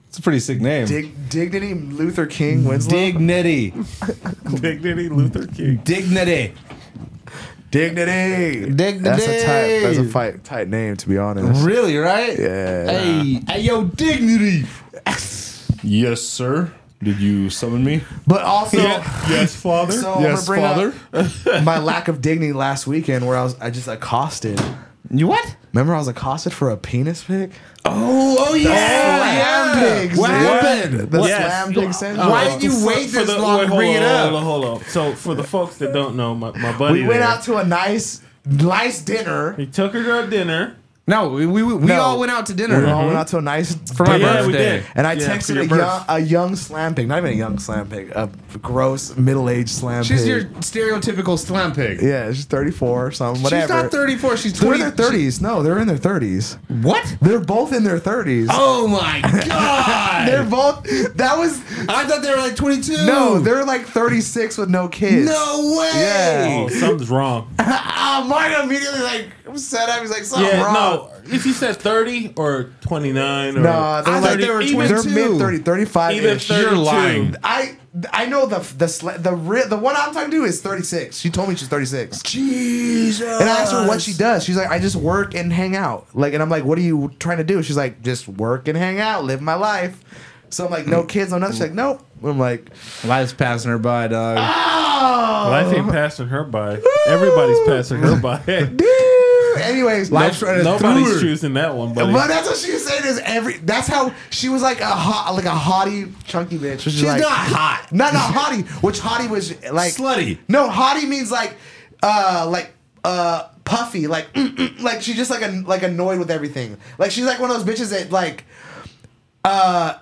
Speaker 1: It's a pretty sick name.
Speaker 3: Dig, dignity. Luther King. Winslow.
Speaker 1: Dignity.
Speaker 2: Dignity Luther King.
Speaker 1: Dignity.
Speaker 3: dignity.
Speaker 1: Dignity.
Speaker 3: That's a tight. That's a fight, tight name, to be honest.
Speaker 1: Really, right?
Speaker 3: Yeah.
Speaker 1: Hey, hey, yo, dignity. yes, sir. Did you summon me?
Speaker 3: But also.
Speaker 2: yes, father.
Speaker 3: So I'm gonna bring up my lack of dignity last weekend, where I was I just accosted.
Speaker 1: You what?
Speaker 3: Remember, I was accosted for a penis pic.
Speaker 1: Oh, oh yeah.
Speaker 3: Slam pigs,
Speaker 1: What
Speaker 3: dude.
Speaker 1: happened?
Speaker 3: The
Speaker 2: Yes. Oh.
Speaker 3: slam pig sentence.
Speaker 1: Why did you wait
Speaker 2: for
Speaker 1: this
Speaker 2: the-
Speaker 1: long
Speaker 2: wait,
Speaker 1: to
Speaker 2: hold
Speaker 1: bring it
Speaker 2: on,
Speaker 1: up?
Speaker 2: Hold on, hold on. So for the folks that don't know, my, my buddy,
Speaker 3: We went
Speaker 2: there,
Speaker 3: out to a nice, nice dinner.
Speaker 2: He took her to dinner.
Speaker 1: No, we we, we we
Speaker 3: No.
Speaker 1: all went out to
Speaker 3: We
Speaker 1: dinner.
Speaker 3: all went out to a nice for
Speaker 1: my
Speaker 2: yeah, we
Speaker 1: birthday.
Speaker 2: did.
Speaker 3: And I
Speaker 2: Yeah, for
Speaker 3: texted
Speaker 2: your
Speaker 3: a
Speaker 2: birth.
Speaker 3: young, a young slam pig, not even a young slam pig, a gross middle-aged slam
Speaker 1: She's
Speaker 3: pig.
Speaker 1: your stereotypical slam pig.
Speaker 3: yeah, she's 34 or something, whatever.
Speaker 1: She's not 34. She's
Speaker 3: They're
Speaker 1: 20.
Speaker 3: in their 30s. No, they're in their 30s.
Speaker 1: What?
Speaker 3: They're both in their 30s.
Speaker 1: Oh my
Speaker 3: They're
Speaker 1: god!
Speaker 3: both. That was
Speaker 1: I thought they were like 22.
Speaker 3: no. They're like 36 with no kids.
Speaker 1: no way.
Speaker 2: Oh,
Speaker 3: Yeah.
Speaker 2: something's wrong.
Speaker 3: Ah, Mario immediately like set up. He's like, something
Speaker 2: yeah,
Speaker 3: wrong.
Speaker 2: no. If you said thirty or twenty nine or
Speaker 3: No, they're
Speaker 1: I
Speaker 3: like
Speaker 1: thought they were
Speaker 2: even,
Speaker 1: 22.
Speaker 3: they're mid 30, 35
Speaker 2: even
Speaker 3: ish.
Speaker 2: 32.
Speaker 1: You're lying.
Speaker 3: I I know the the sla- the re- the one I'm talking to is 36. She told me she's 36.
Speaker 1: Jesus.
Speaker 3: And I asked her what she does. She's like, I just work and hang out. Like, and I'm like, what are you trying to do? She's like, just work and hang out, live my life. So I'm like, no kids, no nothing. She's like, nope. I'm like,
Speaker 1: Life's Mm. passing her by, dog.
Speaker 3: oh,
Speaker 2: Life ain't passing her by. Everybody's passing her by.
Speaker 3: dude. Anyways,
Speaker 1: Life's running
Speaker 2: Nobody's
Speaker 1: through her.
Speaker 2: choosing that one, buddy.
Speaker 3: But that's what she was saying is every. That's how she was like a hot, like a hottie, chunky bitch. She's,
Speaker 1: She's
Speaker 3: like,
Speaker 1: not hot.
Speaker 3: not not hottie. Which hottie was like
Speaker 1: Slutty.
Speaker 3: No, hottie means like, uh, like uh, puffy. Like, mm, mm, like she's just like a like annoyed with everything. Like she's like one of those bitches that like, uh,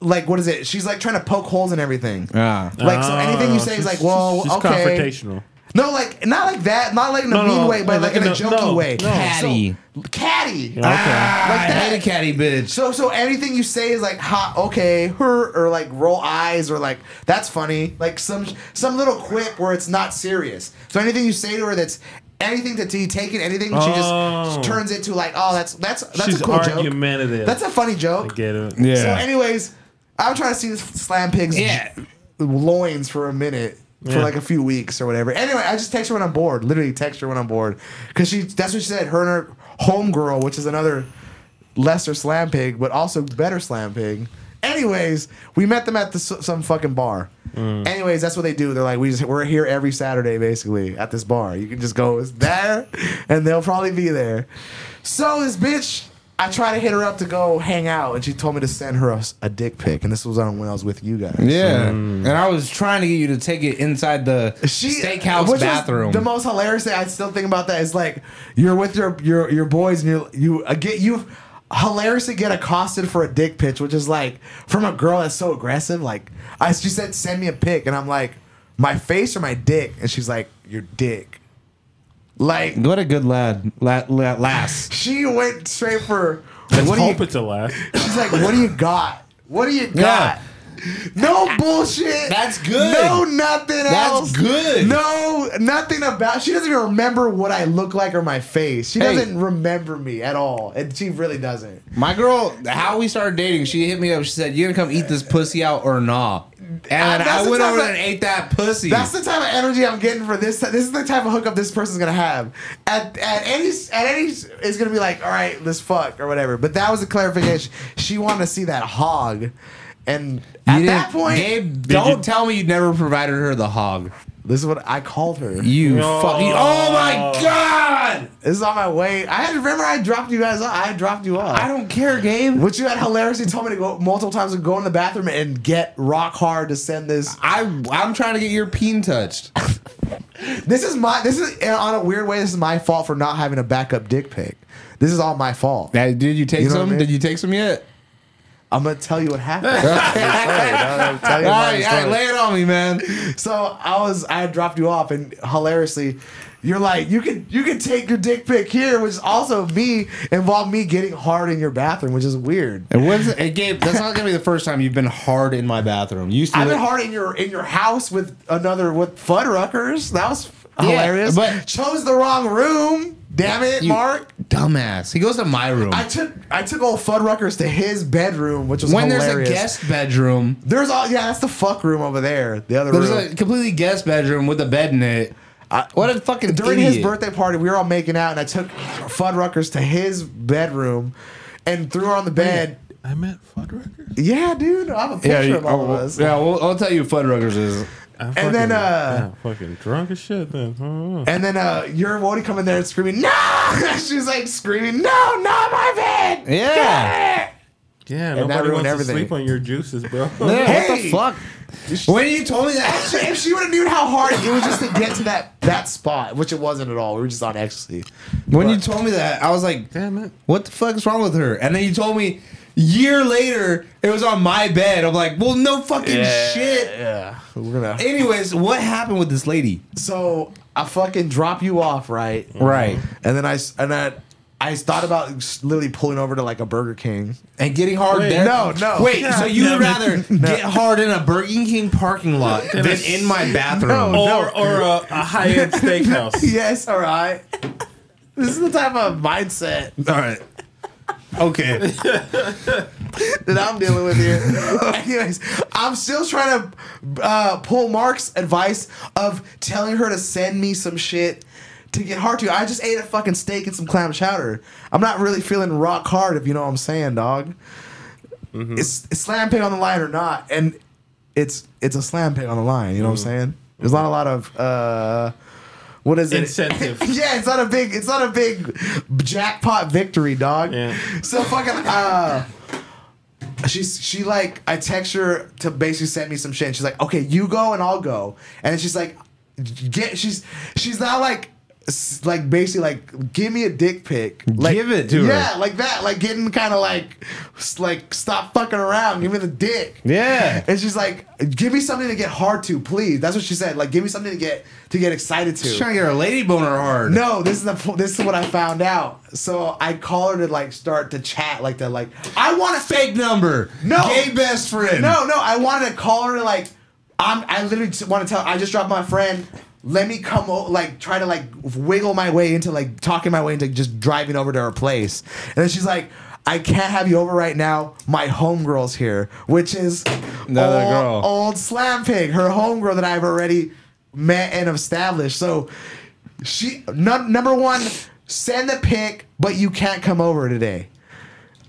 Speaker 3: like what is it? She's like trying to poke holes in everything.
Speaker 1: Ah.
Speaker 3: Like so,
Speaker 2: Ah,
Speaker 3: anything you say is
Speaker 2: she's-
Speaker 3: like, well,
Speaker 2: she's
Speaker 3: okay.
Speaker 2: confrontational.
Speaker 3: No, like not like that. Not like in a
Speaker 2: No,
Speaker 3: mean
Speaker 2: no,
Speaker 3: way, but
Speaker 2: no,
Speaker 3: like in a
Speaker 2: no,
Speaker 3: jokey
Speaker 2: no,
Speaker 3: way.
Speaker 2: no.
Speaker 1: Catty.
Speaker 3: So, catty.
Speaker 2: Okay.
Speaker 1: I
Speaker 3: Like that.
Speaker 1: hate a catty bitch.
Speaker 3: So so anything you say is like hot okay her or like roll eyes or like that's funny like some some little quip where it's not serious. So anything you say to her that's anything to be taken anything she
Speaker 2: Oh.
Speaker 3: just turns into like oh that's that's that's
Speaker 2: She's
Speaker 3: a cool joke.
Speaker 2: argumentative.
Speaker 3: That's a funny
Speaker 2: I
Speaker 3: joke.
Speaker 2: get it.
Speaker 1: Yeah.
Speaker 3: So anyways, I'm trying to see this slam pig's
Speaker 1: Yeah.
Speaker 3: loins for a minute. For
Speaker 2: Yeah.
Speaker 3: like a few weeks or whatever. Anyway, I just text her when I'm bored. Literally text her when I'm bored, because she—that's what she said. Her and her homegirl, which is another lesser slam pig, but also better slam pig. Anyways, we met them at the, s- some fucking bar. Anyways, that's what they do. They're like, we just we're here every Saturday basically at this bar. You can just go there, and they'll probably be there. So this bitch, I try to hit her up to go hang out, and she told me to send her a, s- a dick pic. And this was on when I was with you guys.
Speaker 1: Yeah, and I was trying to get you to take it inside the
Speaker 3: She
Speaker 1: steakhouse
Speaker 3: which was
Speaker 1: bathroom.
Speaker 3: The most hilarious thing I still think about that is like you're with your your your boys and you you uh, get you hilarious to get accosted for a dick pitch, which is like from a girl that's so aggressive. Like I, she said, send me a pic, and I'm like, my face or my dick, and she's like, your dick. Like
Speaker 1: What a good lad, la- la- lass.
Speaker 3: she went straight for.
Speaker 2: Let's
Speaker 3: what do
Speaker 2: hope
Speaker 3: you,
Speaker 2: it's a last.
Speaker 3: she's like, what do you got? What do you got? No bullshit.
Speaker 1: That's good.
Speaker 3: No nothing else.
Speaker 1: good.
Speaker 3: No, nothing about. She doesn't even remember what I look like or my face. She
Speaker 1: Hey.
Speaker 3: doesn't remember me at all, and she really doesn't.
Speaker 1: My girl, how we started dating, she hit me up. She said, "You gonna come eat this pussy out or nah?" And
Speaker 3: Uh, that's
Speaker 1: I
Speaker 3: the
Speaker 1: went
Speaker 3: type
Speaker 1: over
Speaker 3: of-
Speaker 1: there and ate that pussy.
Speaker 3: That's the type of energy I'm getting for this. This is the type of hookup this person's gonna have. At at any at any is gonna be like, all right, let's fuck or whatever. But that was a clarification. She wanted to see that hog, and at
Speaker 1: You didn't-
Speaker 3: that point,
Speaker 1: Gabe, don't
Speaker 2: you-
Speaker 1: tell me you never provided her the hog.
Speaker 3: this is what I called her.
Speaker 1: You
Speaker 2: No.
Speaker 1: fucking. Oh my god!
Speaker 3: This is on my way. I had remember I dropped you guys off. I dropped you off.
Speaker 1: I don't care, Gabe.
Speaker 3: Which you had hilariously told me to go multiple times to go in the bathroom and get rock hard to send this.
Speaker 1: I I'm trying to get your peen touched.
Speaker 3: This is my. This is on a weird way. This is my fault for not having a backup dick pic. This is all my fault.
Speaker 1: Now, did you take
Speaker 3: You know what
Speaker 1: some?
Speaker 3: I mean?
Speaker 1: Did you take some yet?
Speaker 3: I'm gonna tell you what happened. I'm gonna tell you
Speaker 1: All
Speaker 3: about the
Speaker 1: right, all right,
Speaker 3: story.
Speaker 1: lay it on me, man.
Speaker 3: So I was I dropped you off and hilariously you're like you can you can take your dick pic here, which is also me involved me getting hard in your bathroom, which is weird.
Speaker 1: And what's hey, Gabe? That's not gonna be the first time you've been hard in my bathroom. You used to
Speaker 3: I've been
Speaker 1: live-
Speaker 3: hard in your in your house with another with Fuddruckers. That was
Speaker 1: Yeah,
Speaker 3: hilarious.
Speaker 1: but-
Speaker 3: chose the wrong room. Damn it,
Speaker 1: you
Speaker 3: Mark.
Speaker 1: dumbass. He goes to my room.
Speaker 3: I took I took old Fuddruckers to his bedroom, which was
Speaker 1: when
Speaker 3: hilarious.
Speaker 1: there's a guest bedroom,
Speaker 3: There's all yeah, that's the fuck room over there. The other
Speaker 1: there's
Speaker 3: room.
Speaker 1: a completely guest bedroom with a bed in it. what a fucking
Speaker 3: during
Speaker 1: idiot.
Speaker 3: his birthday party, we were all making out, and I took Fuddruckers to his bedroom and threw her on the bed.
Speaker 2: I met Fuddruckers.
Speaker 3: Yeah, dude, I have a picture
Speaker 1: Yeah, you-
Speaker 3: of all
Speaker 1: I'll-
Speaker 3: of us.
Speaker 1: yeah. We'll, I'll tell you, Fuddruckers is.
Speaker 2: I'm
Speaker 3: And then, uh,
Speaker 2: I'm fucking drunk as shit. Then Huh?
Speaker 3: And then uh, your Wody come in there and screaming, "No!" She's like screaming, "No, not my bed!"
Speaker 1: Yeah.
Speaker 2: yeah,
Speaker 3: that
Speaker 2: nobody
Speaker 3: ruined
Speaker 2: wants
Speaker 3: everything.
Speaker 2: to sleep on your juices, bro.
Speaker 1: Yeah,
Speaker 3: Hey!
Speaker 1: What the fuck? When you told me that,
Speaker 3: Actually, if she would have knew how hard it was just to get to that that spot, which it wasn't at all. We were just on ecstasy.
Speaker 1: when you told me that, I was like,
Speaker 2: Damn it.
Speaker 1: what the fuck is wrong with her? And then you told me year later it was on my bed. I'm like, well, no fucking shit.
Speaker 3: Yeah, we're gonna.
Speaker 1: Anyways, what happened with this lady?
Speaker 3: So I fucking drop you off, right?
Speaker 1: Right.
Speaker 3: And then I s- and I, I thought about literally pulling over to like a Burger King.
Speaker 1: And getting hard
Speaker 2: Wait,
Speaker 1: there.
Speaker 3: no, no.
Speaker 1: Wait,
Speaker 2: God
Speaker 1: so you would
Speaker 2: damn it.
Speaker 1: rather get hard in a Burger King parking lot than
Speaker 2: it.
Speaker 1: in my bathroom?
Speaker 3: No.
Speaker 2: or or a, a high end steakhouse.
Speaker 3: Yes, all right. This is the type of mindset
Speaker 1: All right. Okay.
Speaker 3: that I'm dealing with here. Anyways, I'm still trying to uh, pull Mark's advice of telling her to send me some shit to get hard to. I just ate a fucking steak and some clam chowder. I'm not really feeling rock hard, if you know what I'm saying, dog. It's, it's slam pig on the line or not, and it's it's a slam pig on the line. You know what I'm saying? There's not a lot of uh, what is it?
Speaker 2: Incentive.
Speaker 3: yeah, it's not a big, it's not a big jackpot victory, dog.
Speaker 2: Yeah.
Speaker 3: So fucking uh, she's she like I text her to basically send me some shit. And she's like, okay, you go and I'll go, and she's like, get she's she's not like. s- Like basically, like give me a dick pic. Like,
Speaker 1: Give it to her.
Speaker 3: Yeah, like that. Like getting kind of like, s- like stop fucking around. Give me the dick.
Speaker 1: Yeah.
Speaker 3: And she's like, give me something to get hard to, please. That's what she said. Like, give me something to get to get excited to.
Speaker 1: She's trying to get her lady boner hard.
Speaker 3: No, this is the po- this is what I found out. So I call her to like start to chat like that. Like I want to
Speaker 1: Fake number.
Speaker 3: No.
Speaker 1: Gay best friend.
Speaker 3: no, no. I wanted to call her to like I'm. I literally want to tell. I just dropped my friend. Let me come o- like try to like wiggle my way into like talking my way into just driving over to her place. And then she's like. I can't have you over right now. My homegirl's here, which is
Speaker 1: Another
Speaker 3: old,
Speaker 1: girl.
Speaker 3: old slam pig, her homegirl that I've already met and established. So she num- number one, send the pic, but you can't come over today.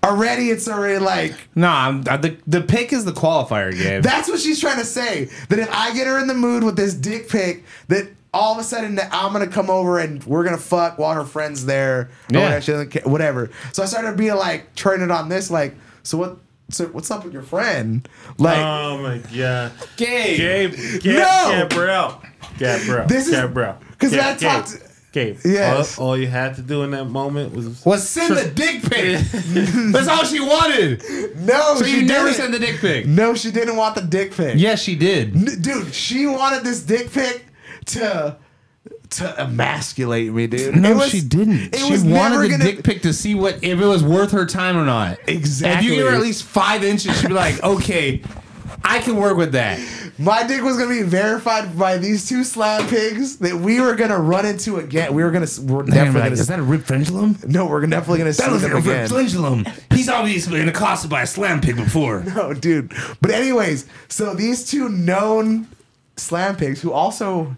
Speaker 3: Already, it's already like
Speaker 1: No, I'm, I, the, the pick is the qualifier, Gabe.
Speaker 3: that's what she's trying to say. That if I get her in the mood with this dick pic, that all of a sudden that I'm gonna come over and we're gonna fuck while her friend's there.
Speaker 1: Yeah.
Speaker 3: Yeah. Whatever, she doesn't care, whatever. So I started being like, turning it on this, like, so what? So what's up with your friend? Like,
Speaker 1: Uh,
Speaker 2: Oh my god,
Speaker 1: Gabe.
Speaker 2: Gabe, Gabe
Speaker 3: No!
Speaker 2: Gabrielle, Gabrielle,
Speaker 3: This is-
Speaker 2: Gabrielle,
Speaker 3: because
Speaker 2: Gabe,
Speaker 3: I
Speaker 2: Gabe,
Speaker 3: talked.
Speaker 2: escape.
Speaker 3: Yes.
Speaker 2: All, all you had to do in that moment was
Speaker 1: Was send the dick pic. That's all she wanted.
Speaker 3: No,
Speaker 1: So
Speaker 3: she
Speaker 1: you never
Speaker 3: didn't.
Speaker 1: send the dick pic.
Speaker 3: no, she didn't want the dick pic.
Speaker 1: Yes, she did.
Speaker 3: N- dude, she wanted this dick pic to to emasculate me, dude.
Speaker 1: No,
Speaker 3: It was-
Speaker 1: she didn't.
Speaker 3: It
Speaker 1: she
Speaker 3: was
Speaker 1: wanted
Speaker 3: never
Speaker 1: the
Speaker 3: gonna,
Speaker 1: dick pic to see what if it was worth her time or not.
Speaker 3: Exactly.
Speaker 1: If you give her at least five inches, she'd be like, okay, I can work with that.
Speaker 3: My dick was gonna be verified by these two slab pigs that we were gonna run into again. We were gonna. s- We're definitely gonna. s-
Speaker 1: that a rib pendulum?
Speaker 3: no, we're definitely gonna see them again.
Speaker 1: pendulum. He's obviously been accosted by a slam pig before.
Speaker 3: No, Oh, dude. But anyways, so these two known slam pigs who also.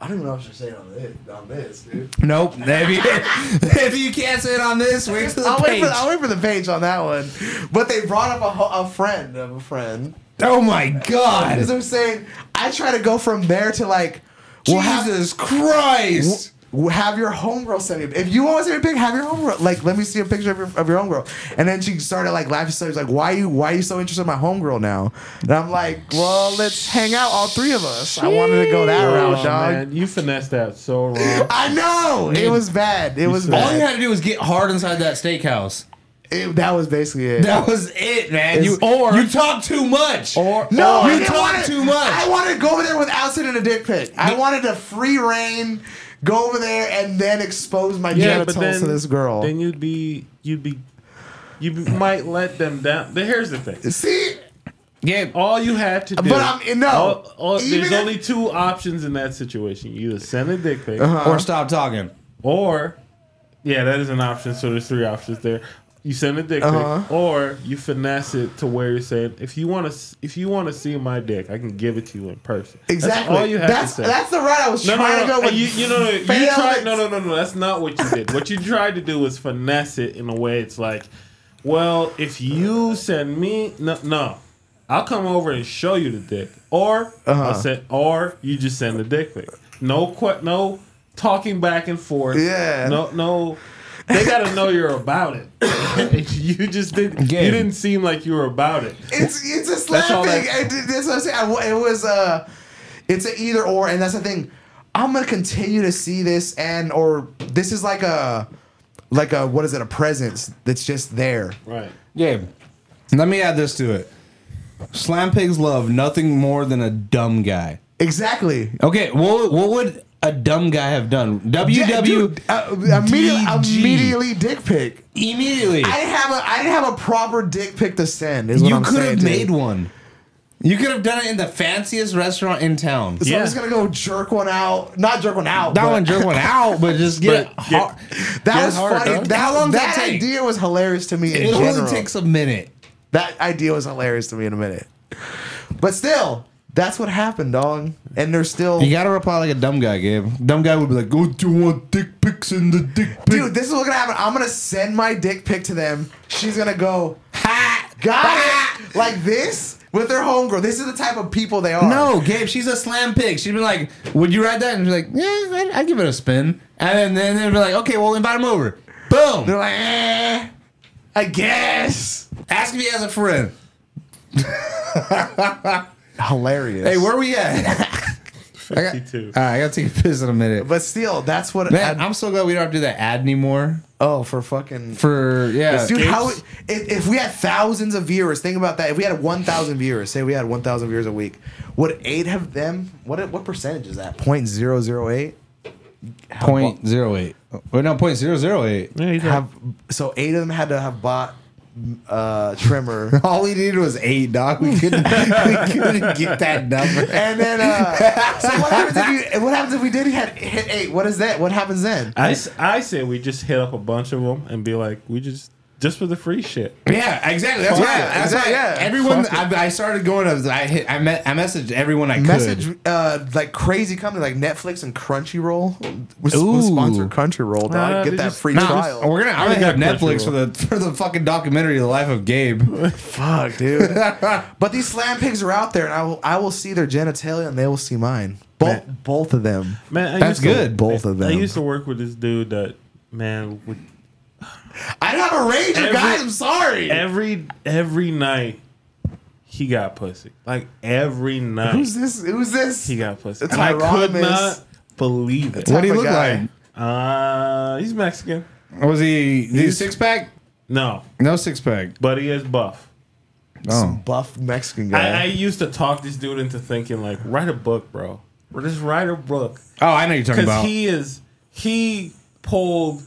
Speaker 3: I don't even know what you're saying on this, on this dude.
Speaker 1: Nope. If you, if you can't say it on this, wait till the
Speaker 3: I'll wait,
Speaker 1: page.
Speaker 3: for, I'll wait for the page on that one. But they brought up a, ho- a friend of a friend.
Speaker 1: oh my
Speaker 3: As
Speaker 1: god.
Speaker 3: I'm saying, I try to go from there to like, well, have,
Speaker 1: Jesus Christ.
Speaker 3: well, have your homegirl send me. a- If you want to send me a pic, have your homegirl. Like, let me see a picture of your, of your homegirl. And then she started like laughing. So she's like, why you why you so interested in my homegirl now? And I'm like, well, let's hang out, all three of us. I wanted to go that route,
Speaker 2: Oh,
Speaker 3: dog.
Speaker 2: man, you finessed that so wrong.
Speaker 3: I know it was bad. It was
Speaker 2: said-
Speaker 1: All you
Speaker 3: bad.
Speaker 1: had to do was get hard inside that steakhouse.
Speaker 3: It- that was basically it.
Speaker 1: That was it, man.
Speaker 3: It's-
Speaker 1: You
Speaker 2: or-
Speaker 1: you talk too much.
Speaker 2: Or
Speaker 3: No,
Speaker 1: Oh, You
Speaker 3: I didn't
Speaker 1: talk
Speaker 3: want it.
Speaker 1: too much.
Speaker 3: I wanted to go over there without sending a dick pic. I wanted to free reign, go over there, and then expose my genitals to this girl.
Speaker 2: Then you'd be you'd be you be- might let them down. Then Here's the thing.
Speaker 3: See,
Speaker 1: yeah.
Speaker 2: All you had to do.
Speaker 3: But I'm- no.
Speaker 2: All, all,
Speaker 3: Even
Speaker 2: there's
Speaker 3: if-
Speaker 2: only two options in that situation. You either send a dick pic,
Speaker 3: Uh-huh.
Speaker 1: Or stop talking.
Speaker 2: or yeah, that is an option. So there's three options there. You send a dick pic,
Speaker 3: Uh-huh.
Speaker 2: or you finesse it to where you're saying, if you want to, if you want to see my dick, I can give it to you in person.
Speaker 3: exactly.
Speaker 2: That's all you have
Speaker 3: that's
Speaker 2: to say.
Speaker 3: that's the route I was
Speaker 2: No, no,
Speaker 3: trying
Speaker 2: no.
Speaker 3: to go with.
Speaker 2: you, you know, no, you
Speaker 3: failed
Speaker 2: tried.
Speaker 3: at-
Speaker 2: No, no, no, no. That's not what you did. What you tried to do was finesse it in a way. It's like, well, if you send me, no, no, I'll come over and show you the dick, or
Speaker 3: Uh-huh.
Speaker 2: I'll send, or you just send the dick pic. No, que- no talking back and forth.
Speaker 3: Yeah.
Speaker 2: No, no. They gotta know you're about it. you just did. not You
Speaker 1: Again.
Speaker 2: didn't seem like you were about it.
Speaker 3: It's it's a
Speaker 2: That's all
Speaker 3: slapping.
Speaker 2: that-
Speaker 3: That, that's what I'm saying. I wa- it was uh, it's an either or, and that's the thing. I'm gonna continue to see this, and or this is like a, like a what is it? A presence that's just there.
Speaker 2: Right.
Speaker 1: Yeah. Let me add this to it. Slam pigs love nothing more than a dumb guy.
Speaker 3: Exactly.
Speaker 1: Okay, what what would a dumb guy have done?
Speaker 3: Yeah,
Speaker 1: WW
Speaker 2: E
Speaker 3: dude, uh, immediately,
Speaker 1: DG.
Speaker 3: immediately dick pic.
Speaker 1: E immediately.
Speaker 3: I didn't have a I didn't have a proper dick pic to send. Is what
Speaker 1: you
Speaker 3: I'm
Speaker 1: could
Speaker 3: saying,
Speaker 1: have
Speaker 3: dude.
Speaker 1: made one. You could have done it in the fanciest restaurant in town.
Speaker 3: So
Speaker 2: Yeah.
Speaker 3: I'm just gonna go jerk one out. Not jerk one out.
Speaker 1: That
Speaker 3: but-
Speaker 1: one jerk one out, but just get
Speaker 2: But
Speaker 1: it
Speaker 2: get-
Speaker 1: hard.
Speaker 3: That was
Speaker 1: hard,
Speaker 3: funny.
Speaker 1: huh?
Speaker 3: That,
Speaker 1: How long does
Speaker 3: that
Speaker 1: that take?
Speaker 3: idea was hilarious to me. In
Speaker 1: It
Speaker 3: general.
Speaker 1: only takes a minute.
Speaker 3: that idea was hilarious to me in a minute. But still, that's what happened, dog. And they're still.
Speaker 1: You gotta reply like a dumb guy, Gabe. Dumb guy would be like, "Oh, do you want dick pics in the dick pic?"
Speaker 3: Dude, this is what's gonna happen. I'm gonna send my dick pic to them. She's gonna go,
Speaker 1: ha! ah.
Speaker 3: got it, like this with their homegirl. This is the type of people they are.
Speaker 1: No, Gabe, she's a slam pig. She'd be like, "Would you ride that?" And she's like, "Yeah, I'd, I'd give it a spin." And then then they'd be like, "Okay, well, invite him over." Boom.
Speaker 3: They're like, eh, I guess.
Speaker 1: Ask me as a friend.
Speaker 3: Hilarious.
Speaker 1: Hey, where we at? I got, all
Speaker 2: Fifty-two.
Speaker 1: right, I gotta take a piss in a minute.
Speaker 3: But still, that's what.
Speaker 1: Man,
Speaker 3: I-
Speaker 1: I'm so glad we don't have to do that ad anymore.
Speaker 3: oh, for fucking.
Speaker 1: For yeah,
Speaker 3: Dude,
Speaker 2: Escapes.
Speaker 3: how if, if we had thousands of viewers, think about that. If we had one thousand viewers, say we had one thousand viewers a week, would eight of them? What what percentage is that? Point zero zero eight.
Speaker 1: point zero eight. Well, no, point zero zero eight.
Speaker 2: Yeah, he's
Speaker 3: Have so eight of them had to have bought uh, trimmer,
Speaker 1: All we needed was eight, dog. We couldn't, we couldn't get that number.
Speaker 3: and then uh, so what happens if you? What happens if we did hit, hit eight? What is that? What happens then?
Speaker 2: I, s- I say we just hit up a bunch of them and be like, we just just for the free shit.
Speaker 1: Yeah, exactly. That's
Speaker 3: Fuck
Speaker 1: right.
Speaker 3: it.
Speaker 1: That's
Speaker 3: Exact-
Speaker 1: right.
Speaker 3: yeah.
Speaker 1: Everyone,
Speaker 3: Fuck
Speaker 1: I, I started going. I, was- I hit. I met. I messaged everyone I could.
Speaker 3: Message uh, like crazy company like Netflix and Crunchyroll. We, s- we
Speaker 1: Ooh.
Speaker 3: sponsored Crunchyroll. Dog.
Speaker 2: Nah,
Speaker 3: Get
Speaker 2: Uh, they
Speaker 3: that
Speaker 2: just-
Speaker 3: free
Speaker 1: Nah,
Speaker 3: trial.
Speaker 1: we're gonna. I'm
Speaker 2: I
Speaker 1: gonna have
Speaker 2: got
Speaker 1: Netflix for
Speaker 2: Crunchyroll.
Speaker 1: the for the fucking documentary, The Life of Gabe.
Speaker 3: Fuck, dude. but these slam pigs are out there, and I will I will see their genitalia, and they will see mine. Both
Speaker 2: Man.
Speaker 3: both of them.
Speaker 2: Man, I
Speaker 1: That's
Speaker 2: used to-
Speaker 1: good,
Speaker 3: both of
Speaker 2: I
Speaker 3: them.
Speaker 2: used to work with this dude that man would
Speaker 3: I don't have a ranger,
Speaker 2: Every-
Speaker 3: guys. I'm sorry.
Speaker 2: every every night he got pussy. Like every night
Speaker 3: who's this? Who's this?
Speaker 2: he got pussy.
Speaker 3: It's
Speaker 2: and I could
Speaker 3: Hieronymus.
Speaker 2: not believe it.
Speaker 1: What do you
Speaker 3: of
Speaker 1: look
Speaker 3: guy.
Speaker 1: like?
Speaker 2: Uh, he's Mexican.
Speaker 1: Was he the six pack?
Speaker 2: No,
Speaker 1: No six pack.
Speaker 2: but he is buff.
Speaker 1: Oh,
Speaker 3: buff Mexican
Speaker 2: I, I
Speaker 3: guy.
Speaker 2: used to talk this dude into thinking like, write a book, bro. Or Just write a book
Speaker 1: oh, I know you're talking
Speaker 2: because
Speaker 1: about.
Speaker 2: he is he pulled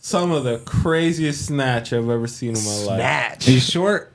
Speaker 2: some of the craziest snatch I've ever seen in my life.
Speaker 3: Snatch.
Speaker 1: He's short.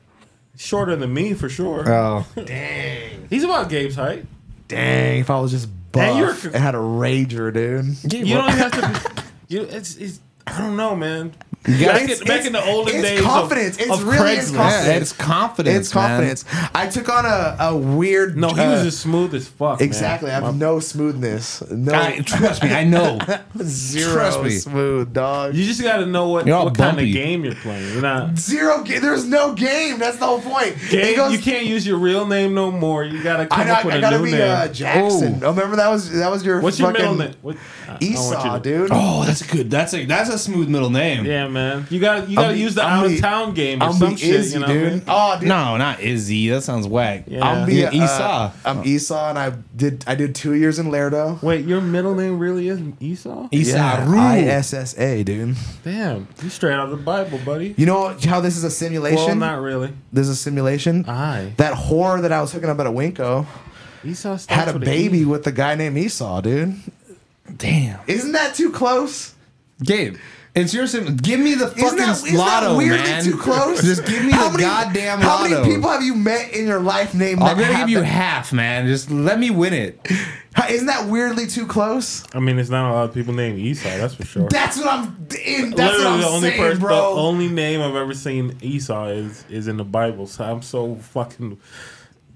Speaker 2: Shorter than me for sure.
Speaker 1: Oh,
Speaker 3: Dang.
Speaker 2: He's about Gabe's height.
Speaker 3: Dang. If I was just
Speaker 2: Dang, you're-
Speaker 3: buff and had a rager, dude.
Speaker 2: You don't have to. Be, you it's, it's I don't know, man.
Speaker 1: gotta-
Speaker 2: Back, in, back in the olden
Speaker 3: it's
Speaker 2: days, of-
Speaker 3: confidence. It's
Speaker 2: of
Speaker 3: really is
Speaker 2: Craigslist.
Speaker 3: confidence.
Speaker 1: yeah, it's confidence.
Speaker 3: It's confidence. I took on a, a weird.
Speaker 2: No, he
Speaker 3: uh,
Speaker 2: was as smooth as fuck. man.
Speaker 3: Exactly. I have no smoothness. No.
Speaker 1: Man. I, trust me, I know.
Speaker 3: zero
Speaker 1: trust me.
Speaker 3: smooth, dog.
Speaker 2: You just got to know what,
Speaker 1: You're all
Speaker 2: what kind of
Speaker 1: bumpy.
Speaker 2: game you're playing. You're not.
Speaker 3: Zero game. There's no game. That's the whole point. It
Speaker 2: Game,
Speaker 3: goes-
Speaker 2: you can't use your real name no more. You got to come
Speaker 3: I,
Speaker 2: up
Speaker 3: I,
Speaker 2: with
Speaker 3: I
Speaker 2: a
Speaker 3: gotta
Speaker 2: new
Speaker 3: be
Speaker 2: name.
Speaker 3: uh, Jackson. Oh. Remember that was that was your
Speaker 2: What's your
Speaker 3: fucking
Speaker 2: middle name? What, I- I want you
Speaker 3: Esau,
Speaker 2: to-
Speaker 3: dude.
Speaker 1: Oh, that's a good. That's a that's a smooth middle name.
Speaker 2: Yeah, man. You got you got to
Speaker 3: be-
Speaker 2: use the
Speaker 3: I'll
Speaker 2: out
Speaker 3: be-
Speaker 2: of town game or
Speaker 3: I'm
Speaker 2: some
Speaker 3: be
Speaker 2: shit.
Speaker 3: Izzy,
Speaker 2: you know what I
Speaker 3: dude.
Speaker 2: mean?
Speaker 3: Oh, dude.
Speaker 1: No, not Izzy. That sounds whack.
Speaker 2: Yeah.
Speaker 3: I'm be
Speaker 1: Yeah,
Speaker 3: uh,
Speaker 1: Esau.
Speaker 3: I'm Esau, and I did I did two years in Laredo.
Speaker 2: Wait, your middle name really is Esau?
Speaker 3: E-
Speaker 1: Esau Rue.
Speaker 3: I S S A, dude.
Speaker 2: Damn, you straight out of the Bible, buddy.
Speaker 3: You know how this is a simulation?
Speaker 2: Well, not Uh-huh. really.
Speaker 3: There's a simulation.
Speaker 2: I
Speaker 3: That whore that I was hooking up at a Winko
Speaker 2: Esau starts
Speaker 3: had a
Speaker 2: with
Speaker 3: baby
Speaker 2: E.
Speaker 3: with a guy named Esau, dude.
Speaker 1: Damn,
Speaker 3: Isn't that too close?
Speaker 1: Gabe. It's your sim. Give me the
Speaker 3: Isn't
Speaker 1: fucking
Speaker 3: that, isn't that
Speaker 1: lotto,
Speaker 3: weirdly
Speaker 1: man.
Speaker 3: too close?
Speaker 1: Just give me
Speaker 3: How
Speaker 1: the goddamn
Speaker 3: How
Speaker 1: lotto.
Speaker 3: many people have you met in your life named
Speaker 1: I'm
Speaker 3: that
Speaker 1: gonna give
Speaker 3: have
Speaker 1: you
Speaker 3: that-
Speaker 1: half, man. Just let me win it.
Speaker 3: How- Isn't that weirdly too close?
Speaker 2: I mean, it's not a lot of people named Esau. That's for sure.
Speaker 3: That's what I'm. In, that's what I'm saying, bro.
Speaker 2: the only name I've ever seen Esau is is in the Bible. So I'm so fucking.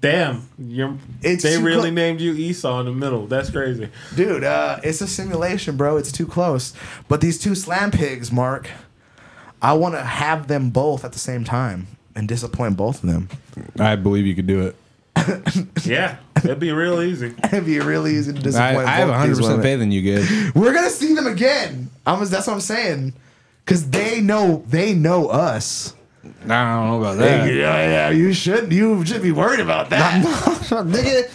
Speaker 2: Damn, you're,
Speaker 3: It's
Speaker 2: they
Speaker 3: too
Speaker 2: really
Speaker 3: clo-
Speaker 2: named you Esau in the middle. That's crazy.
Speaker 3: Dude, uh, it's a simulation, bro. It's too close. But these two slam pigs, Mark, I want to have them both at the same time and disappoint both of them.
Speaker 1: I believe you could do it.
Speaker 2: Yeah, it'd be real easy.
Speaker 3: It'd be really easy to
Speaker 1: I,
Speaker 3: disappoint.
Speaker 1: I have
Speaker 3: both
Speaker 1: 100
Speaker 3: these
Speaker 1: percent
Speaker 3: women.
Speaker 1: faith in you, Gabe.
Speaker 3: We're gonna see them again. I'm, that's what I'm saying. Cause they know they know us.
Speaker 1: I don't know about that.
Speaker 3: yeah. You should you should be worried about that.
Speaker 1: Nigga,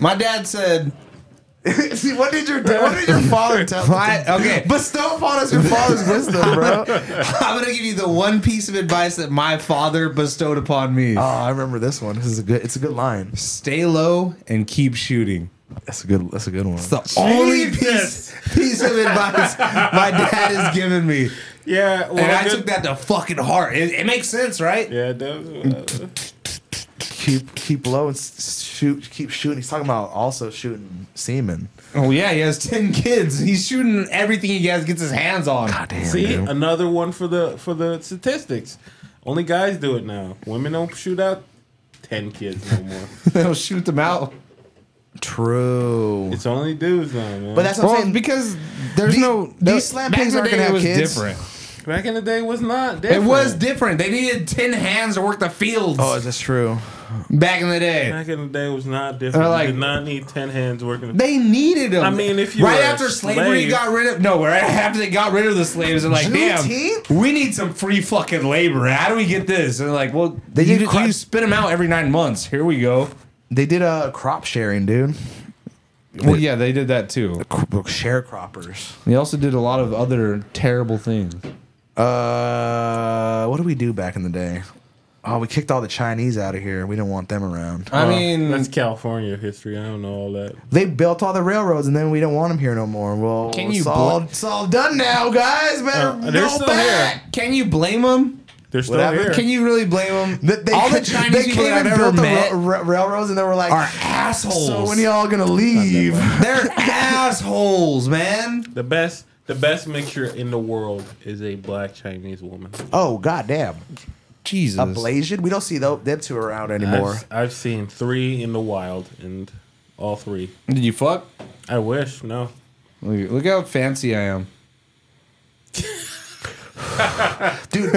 Speaker 1: my dad said.
Speaker 3: see, what did your dad- what did your father tell?
Speaker 1: My, okay,
Speaker 3: Bestow upon us your father's wisdom, bro. Oh,
Speaker 1: I'm gonna give you the one piece of advice that my father bestowed upon me.
Speaker 3: I remember this one. This is a good. It's a good line.
Speaker 1: Stay low and keep shooting.
Speaker 3: That's a good. That's a good one.
Speaker 1: It's the only
Speaker 2: Jesus.
Speaker 1: piece, piece of advice my dad has given me.
Speaker 2: Yeah, well,
Speaker 1: And I
Speaker 2: good-
Speaker 1: took that to fucking heart. It, it makes sense, right?
Speaker 2: Yeah, that, uh,
Speaker 3: keep keep low and s- shoot. Keep shooting. He's talking about also shooting semen.
Speaker 1: Oh, yeah, he has 10 kids. He's shooting everything he has, gets his hands on.
Speaker 3: damn.
Speaker 2: see another one for the for the statistics. Only guys do it now. Women don't shoot out ten kids no more.
Speaker 1: They'll shoot them out.
Speaker 3: True.
Speaker 2: it's only dudes now, man.
Speaker 3: But that's what
Speaker 1: Well,
Speaker 3: I'm saying.
Speaker 1: because there's
Speaker 3: The-
Speaker 1: no.
Speaker 3: these slap
Speaker 1: back in
Speaker 3: pigs
Speaker 1: the
Speaker 3: aren't
Speaker 1: day,
Speaker 3: gonna
Speaker 1: it
Speaker 3: have
Speaker 1: was
Speaker 3: kids.
Speaker 1: different.
Speaker 2: back in the day it was not.
Speaker 1: It
Speaker 2: Different.
Speaker 1: was different. They needed 10 hands to work the fields
Speaker 3: oh, that's true.
Speaker 1: back in the day.
Speaker 2: back in the day it was not different.
Speaker 1: They're like-
Speaker 2: you did not need ten hands working.
Speaker 1: They needed them.
Speaker 2: I mean, if you
Speaker 1: right
Speaker 2: were a
Speaker 1: after slavery
Speaker 2: slave-
Speaker 1: got rid of no, right after they got rid of the slaves, they're like,
Speaker 3: Juneteenth?
Speaker 1: damn, we need some free fucking labor. How do we get this? And they're like, well, they you,
Speaker 3: did cri-
Speaker 1: you spit them out every nine months. Here we go.
Speaker 3: They did a crop sharing, dude.
Speaker 1: Well, yeah, they did that too.
Speaker 3: Cr- Sharecroppers.
Speaker 1: They also did a lot of other terrible things.
Speaker 3: Uh, what did we do back in the day? Oh, we kicked all the Chinese out of here. We didn't want them around.
Speaker 1: I
Speaker 2: Well,
Speaker 1: mean,
Speaker 2: Oh, that's California history. I don't know all that.
Speaker 3: They built all the railroads, and then we don't want them here no more. Well,
Speaker 1: Can
Speaker 3: it's
Speaker 1: you
Speaker 3: all
Speaker 1: bl-
Speaker 3: it's all done now, guys. Better
Speaker 2: Uh, they're
Speaker 3: go
Speaker 2: still
Speaker 3: back.
Speaker 2: here.
Speaker 1: can you blame them?
Speaker 2: They're still
Speaker 3: Whatever.
Speaker 2: here.
Speaker 1: Can you really blame them?
Speaker 3: That They,
Speaker 1: All the
Speaker 3: they
Speaker 1: Chinese people
Speaker 3: came
Speaker 1: that I've
Speaker 3: and
Speaker 1: ever
Speaker 3: built the
Speaker 1: met
Speaker 3: ra- ra- railroads, and they were like,
Speaker 1: are assholes.
Speaker 3: "So when y'all gonna leave?"
Speaker 1: They're assholes, man.
Speaker 2: the best the best mixture in the world is a black Chinese woman.
Speaker 3: Oh, goddamn,
Speaker 1: Jesus.
Speaker 3: Ablasian. We don't see tho- them two around anymore.
Speaker 2: I've, I've seen three in the wild, and all three.
Speaker 1: Did you fuck?
Speaker 2: I wish no.
Speaker 1: Look, look how fancy I am.
Speaker 3: dude,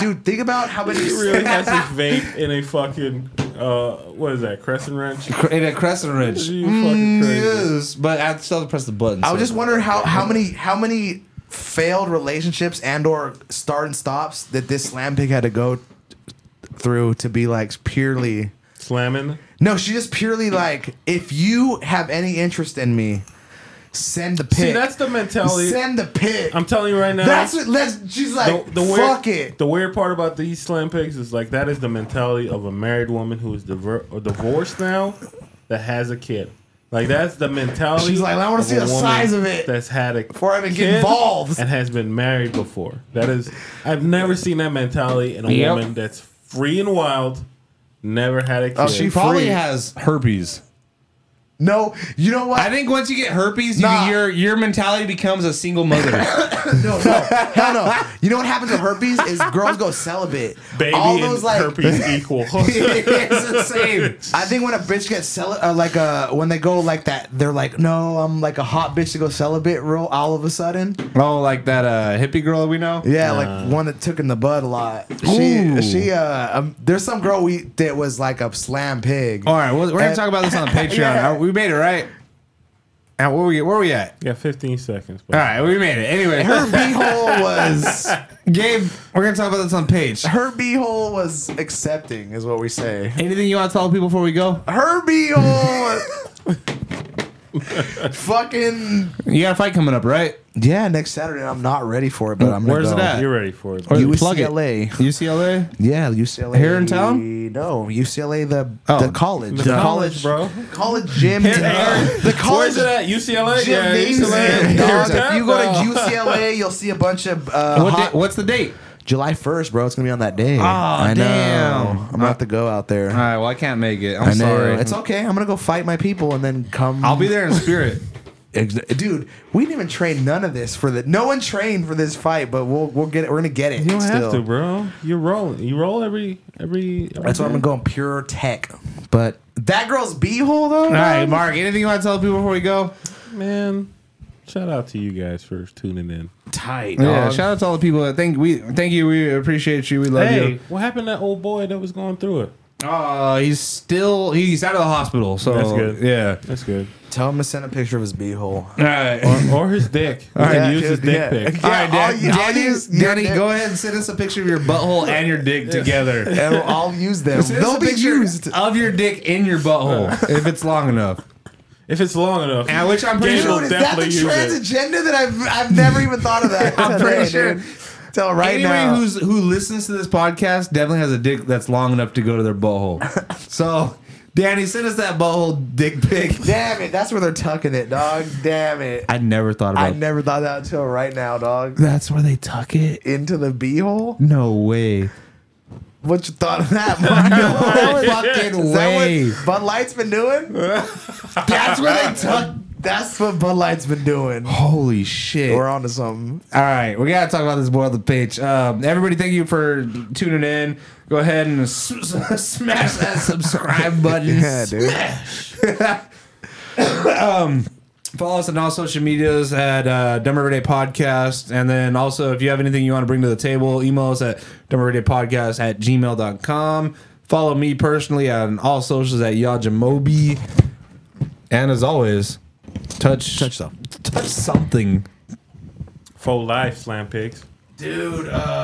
Speaker 3: dude, think about how many.
Speaker 2: He really has his vape in a fucking uh, what is that crescent wrench?
Speaker 1: Cr- In a crescent wrench.
Speaker 2: You
Speaker 1: Mm,
Speaker 2: fucking crazy.
Speaker 1: Yes, but I still have to press the button.
Speaker 3: I
Speaker 1: so-
Speaker 3: was just wondering how how many how many failed relationships and or start and stops that this slam pig had to go through to be like purely
Speaker 2: Slamming.
Speaker 3: no she just purely like if you have any interest in me Send the pic.
Speaker 2: See, that's the mentality.
Speaker 3: Send the pic.
Speaker 2: I'm telling you right now.
Speaker 3: that's what. Let's. She's like, fuck
Speaker 2: weird,
Speaker 3: it.
Speaker 2: The weird part about these slam pigs is like that is the mentality of a married woman who is diver- or divorced now that has a kid. Like that's the mentality.
Speaker 3: She's like, I wanna
Speaker 2: of
Speaker 3: see
Speaker 2: a
Speaker 3: the
Speaker 2: woman
Speaker 3: size of it
Speaker 2: That's had a
Speaker 3: before I even get
Speaker 2: kid
Speaker 3: involved.
Speaker 2: and has been married before. That is, I've never seen that mentality in a
Speaker 1: Yep.
Speaker 2: woman that's free and wild, never had a kid.
Speaker 3: Oh, she-
Speaker 1: Probably
Speaker 3: Free.
Speaker 1: has herpes.
Speaker 3: No, you know what?
Speaker 1: I think once you get herpes, you-
Speaker 3: Nah.
Speaker 1: your your mentality becomes a single mother.
Speaker 3: No, no, hell no. You know what happens with herpes is girls go celibate.
Speaker 2: Baby and herpes equal.
Speaker 1: it's the same.
Speaker 3: I think when a bitch gets cel- uh, like uh, when they go like that, they're like, no, I'm like a hot bitch to go celibate real all of a sudden.
Speaker 1: Oh, like that uh, hippie girl we know.
Speaker 3: Yeah, like one that took in the bud a lot.
Speaker 1: Ooh.
Speaker 3: She, she, uh, um, there's some girl we that was like a slam pig.
Speaker 1: All right, well, we're gonna
Speaker 3: And-
Speaker 1: talk about this on the Patreon.
Speaker 3: Yeah.
Speaker 1: Uh, We made it right. Now, where we where we at?
Speaker 2: yeah, 15 seconds.
Speaker 1: All
Speaker 2: But
Speaker 1: right, we made it. Anyway,
Speaker 3: Her beehole was
Speaker 1: Gabe, we're gonna talk about this on page.
Speaker 3: her beehole was accepting, is what we say.
Speaker 1: Anything you want to tell people before we go?
Speaker 3: Her beehole. was- fucking
Speaker 1: You got a fight coming up, right?
Speaker 3: yeah! Next Saturday, I'm not ready for it, but I'm. Gonna
Speaker 1: Where's it
Speaker 3: go.
Speaker 1: at?
Speaker 2: you're ready for it.
Speaker 1: Or
Speaker 3: UCLA.
Speaker 1: plug it. UCLA.
Speaker 3: Yeah, UCLA.
Speaker 1: Here in town?
Speaker 3: No, UCLA. The
Speaker 1: Oh,
Speaker 3: the college.
Speaker 2: The
Speaker 3: The,
Speaker 2: college,
Speaker 3: college,
Speaker 2: bro.
Speaker 3: College gym.
Speaker 2: Here, Aaron,
Speaker 3: the
Speaker 2: Where's
Speaker 3: college
Speaker 2: it at? UCLA? Yeah,
Speaker 3: gymnasium.
Speaker 2: UCLA.
Speaker 3: dog.
Speaker 2: Here's
Speaker 3: if
Speaker 2: that,
Speaker 3: you go
Speaker 2: bro.
Speaker 3: to UCLA, you'll see a bunch of uh,
Speaker 1: What
Speaker 3: hot-
Speaker 1: da- what's the date?
Speaker 3: July 1st, bro. It's gonna be on that day. Oh,
Speaker 1: damn.
Speaker 3: I'm gonna have to go out there.
Speaker 1: All right, well, I can't make it. I'm
Speaker 3: I know.
Speaker 1: sorry.
Speaker 3: It's okay. I'm gonna go fight my people and then come.
Speaker 1: I'll be there in spirit.
Speaker 3: Ex- Dude, we didn't even train none of this for the. No one trained for this fight, but we'll we'll get it. We're gonna get it.
Speaker 2: You don't
Speaker 3: still.
Speaker 2: have to, bro. You're rolling. You roll every every. every
Speaker 3: That's why I'm gonna go on pure tech. But that girl's beehole though.
Speaker 1: All right, Mark. Anything you want to tell people before we go?
Speaker 2: man. Shout out to you guys for tuning in.
Speaker 3: tight.
Speaker 1: Yeah.
Speaker 3: dog.
Speaker 1: Shout out to all the people. that Thank we. Thank you. We appreciate you. We love
Speaker 2: Hey,
Speaker 1: you.
Speaker 2: what happened to that old boy that was going through it?
Speaker 1: Uh, he's still. He's out of the hospital. So
Speaker 2: That's good.
Speaker 1: Yeah.
Speaker 2: That's good.
Speaker 3: Tell him to send a picture of his beehole.
Speaker 1: All right.
Speaker 2: Or, or his dick. We
Speaker 3: right.
Speaker 2: can
Speaker 3: Yeah,
Speaker 2: use his
Speaker 3: dude,
Speaker 2: dick
Speaker 3: yeah.
Speaker 2: pic.
Speaker 3: Yeah.
Speaker 1: All right, Dan,
Speaker 3: all you- all
Speaker 1: Danny,
Speaker 3: you-
Speaker 1: Danny,
Speaker 3: yeah,
Speaker 1: go ahead and send us a picture of your butthole and your dick together. Send
Speaker 3: And I'll use them.
Speaker 1: us
Speaker 3: They'll
Speaker 1: a
Speaker 3: be
Speaker 1: picture
Speaker 3: used.
Speaker 1: of your dick in your butthole if it's long enough.
Speaker 2: If it's long enough.
Speaker 1: And which I'm pretty
Speaker 2: Dude,
Speaker 1: sure
Speaker 3: Dude, is that the
Speaker 2: definitely use
Speaker 3: trans
Speaker 2: it.
Speaker 3: agenda that I've I've never even thought of that?
Speaker 1: I'm pretty
Speaker 3: Today,
Speaker 1: sure.
Speaker 3: dude. Till right
Speaker 1: anybody
Speaker 3: now.
Speaker 1: who's who listens to this podcast definitely has a dick that's long enough to go to their butthole. so, Danny, send us that butthole dick pic.
Speaker 3: Damn it, that's where they're tucking it, dog. Damn it.
Speaker 1: I never thought
Speaker 3: I
Speaker 1: about. that.
Speaker 3: never thought that until right now, dog.
Speaker 1: That's where they tuck it.
Speaker 3: Into the beehole?
Speaker 1: No way.
Speaker 3: What you thought of that, Mark?
Speaker 1: No
Speaker 3: Is
Speaker 1: fucking
Speaker 3: that
Speaker 1: way.
Speaker 3: what Bud Light's been doing?
Speaker 1: That's where they tuck.
Speaker 3: That's what Bud Light's been doing.
Speaker 1: Holy shit.
Speaker 3: We're onto something.
Speaker 1: All right, we gotta talk about this boy on the pitch. Um, everybody, thank you for tuning in. Go ahead and s- s- smash that subscribe button. Um,
Speaker 3: Yeah, dude.
Speaker 1: Follow us on all social medias at uh, Dumb Everyday Podcast. And then also, if you have anything you want to bring to the table, email us at dumbeverydaypodcast at gmail.com. Follow me personally on all socials at Yajamobi. And as always, touch touch something. Touch something.
Speaker 2: For life, slam pigs.
Speaker 1: Dude, uh,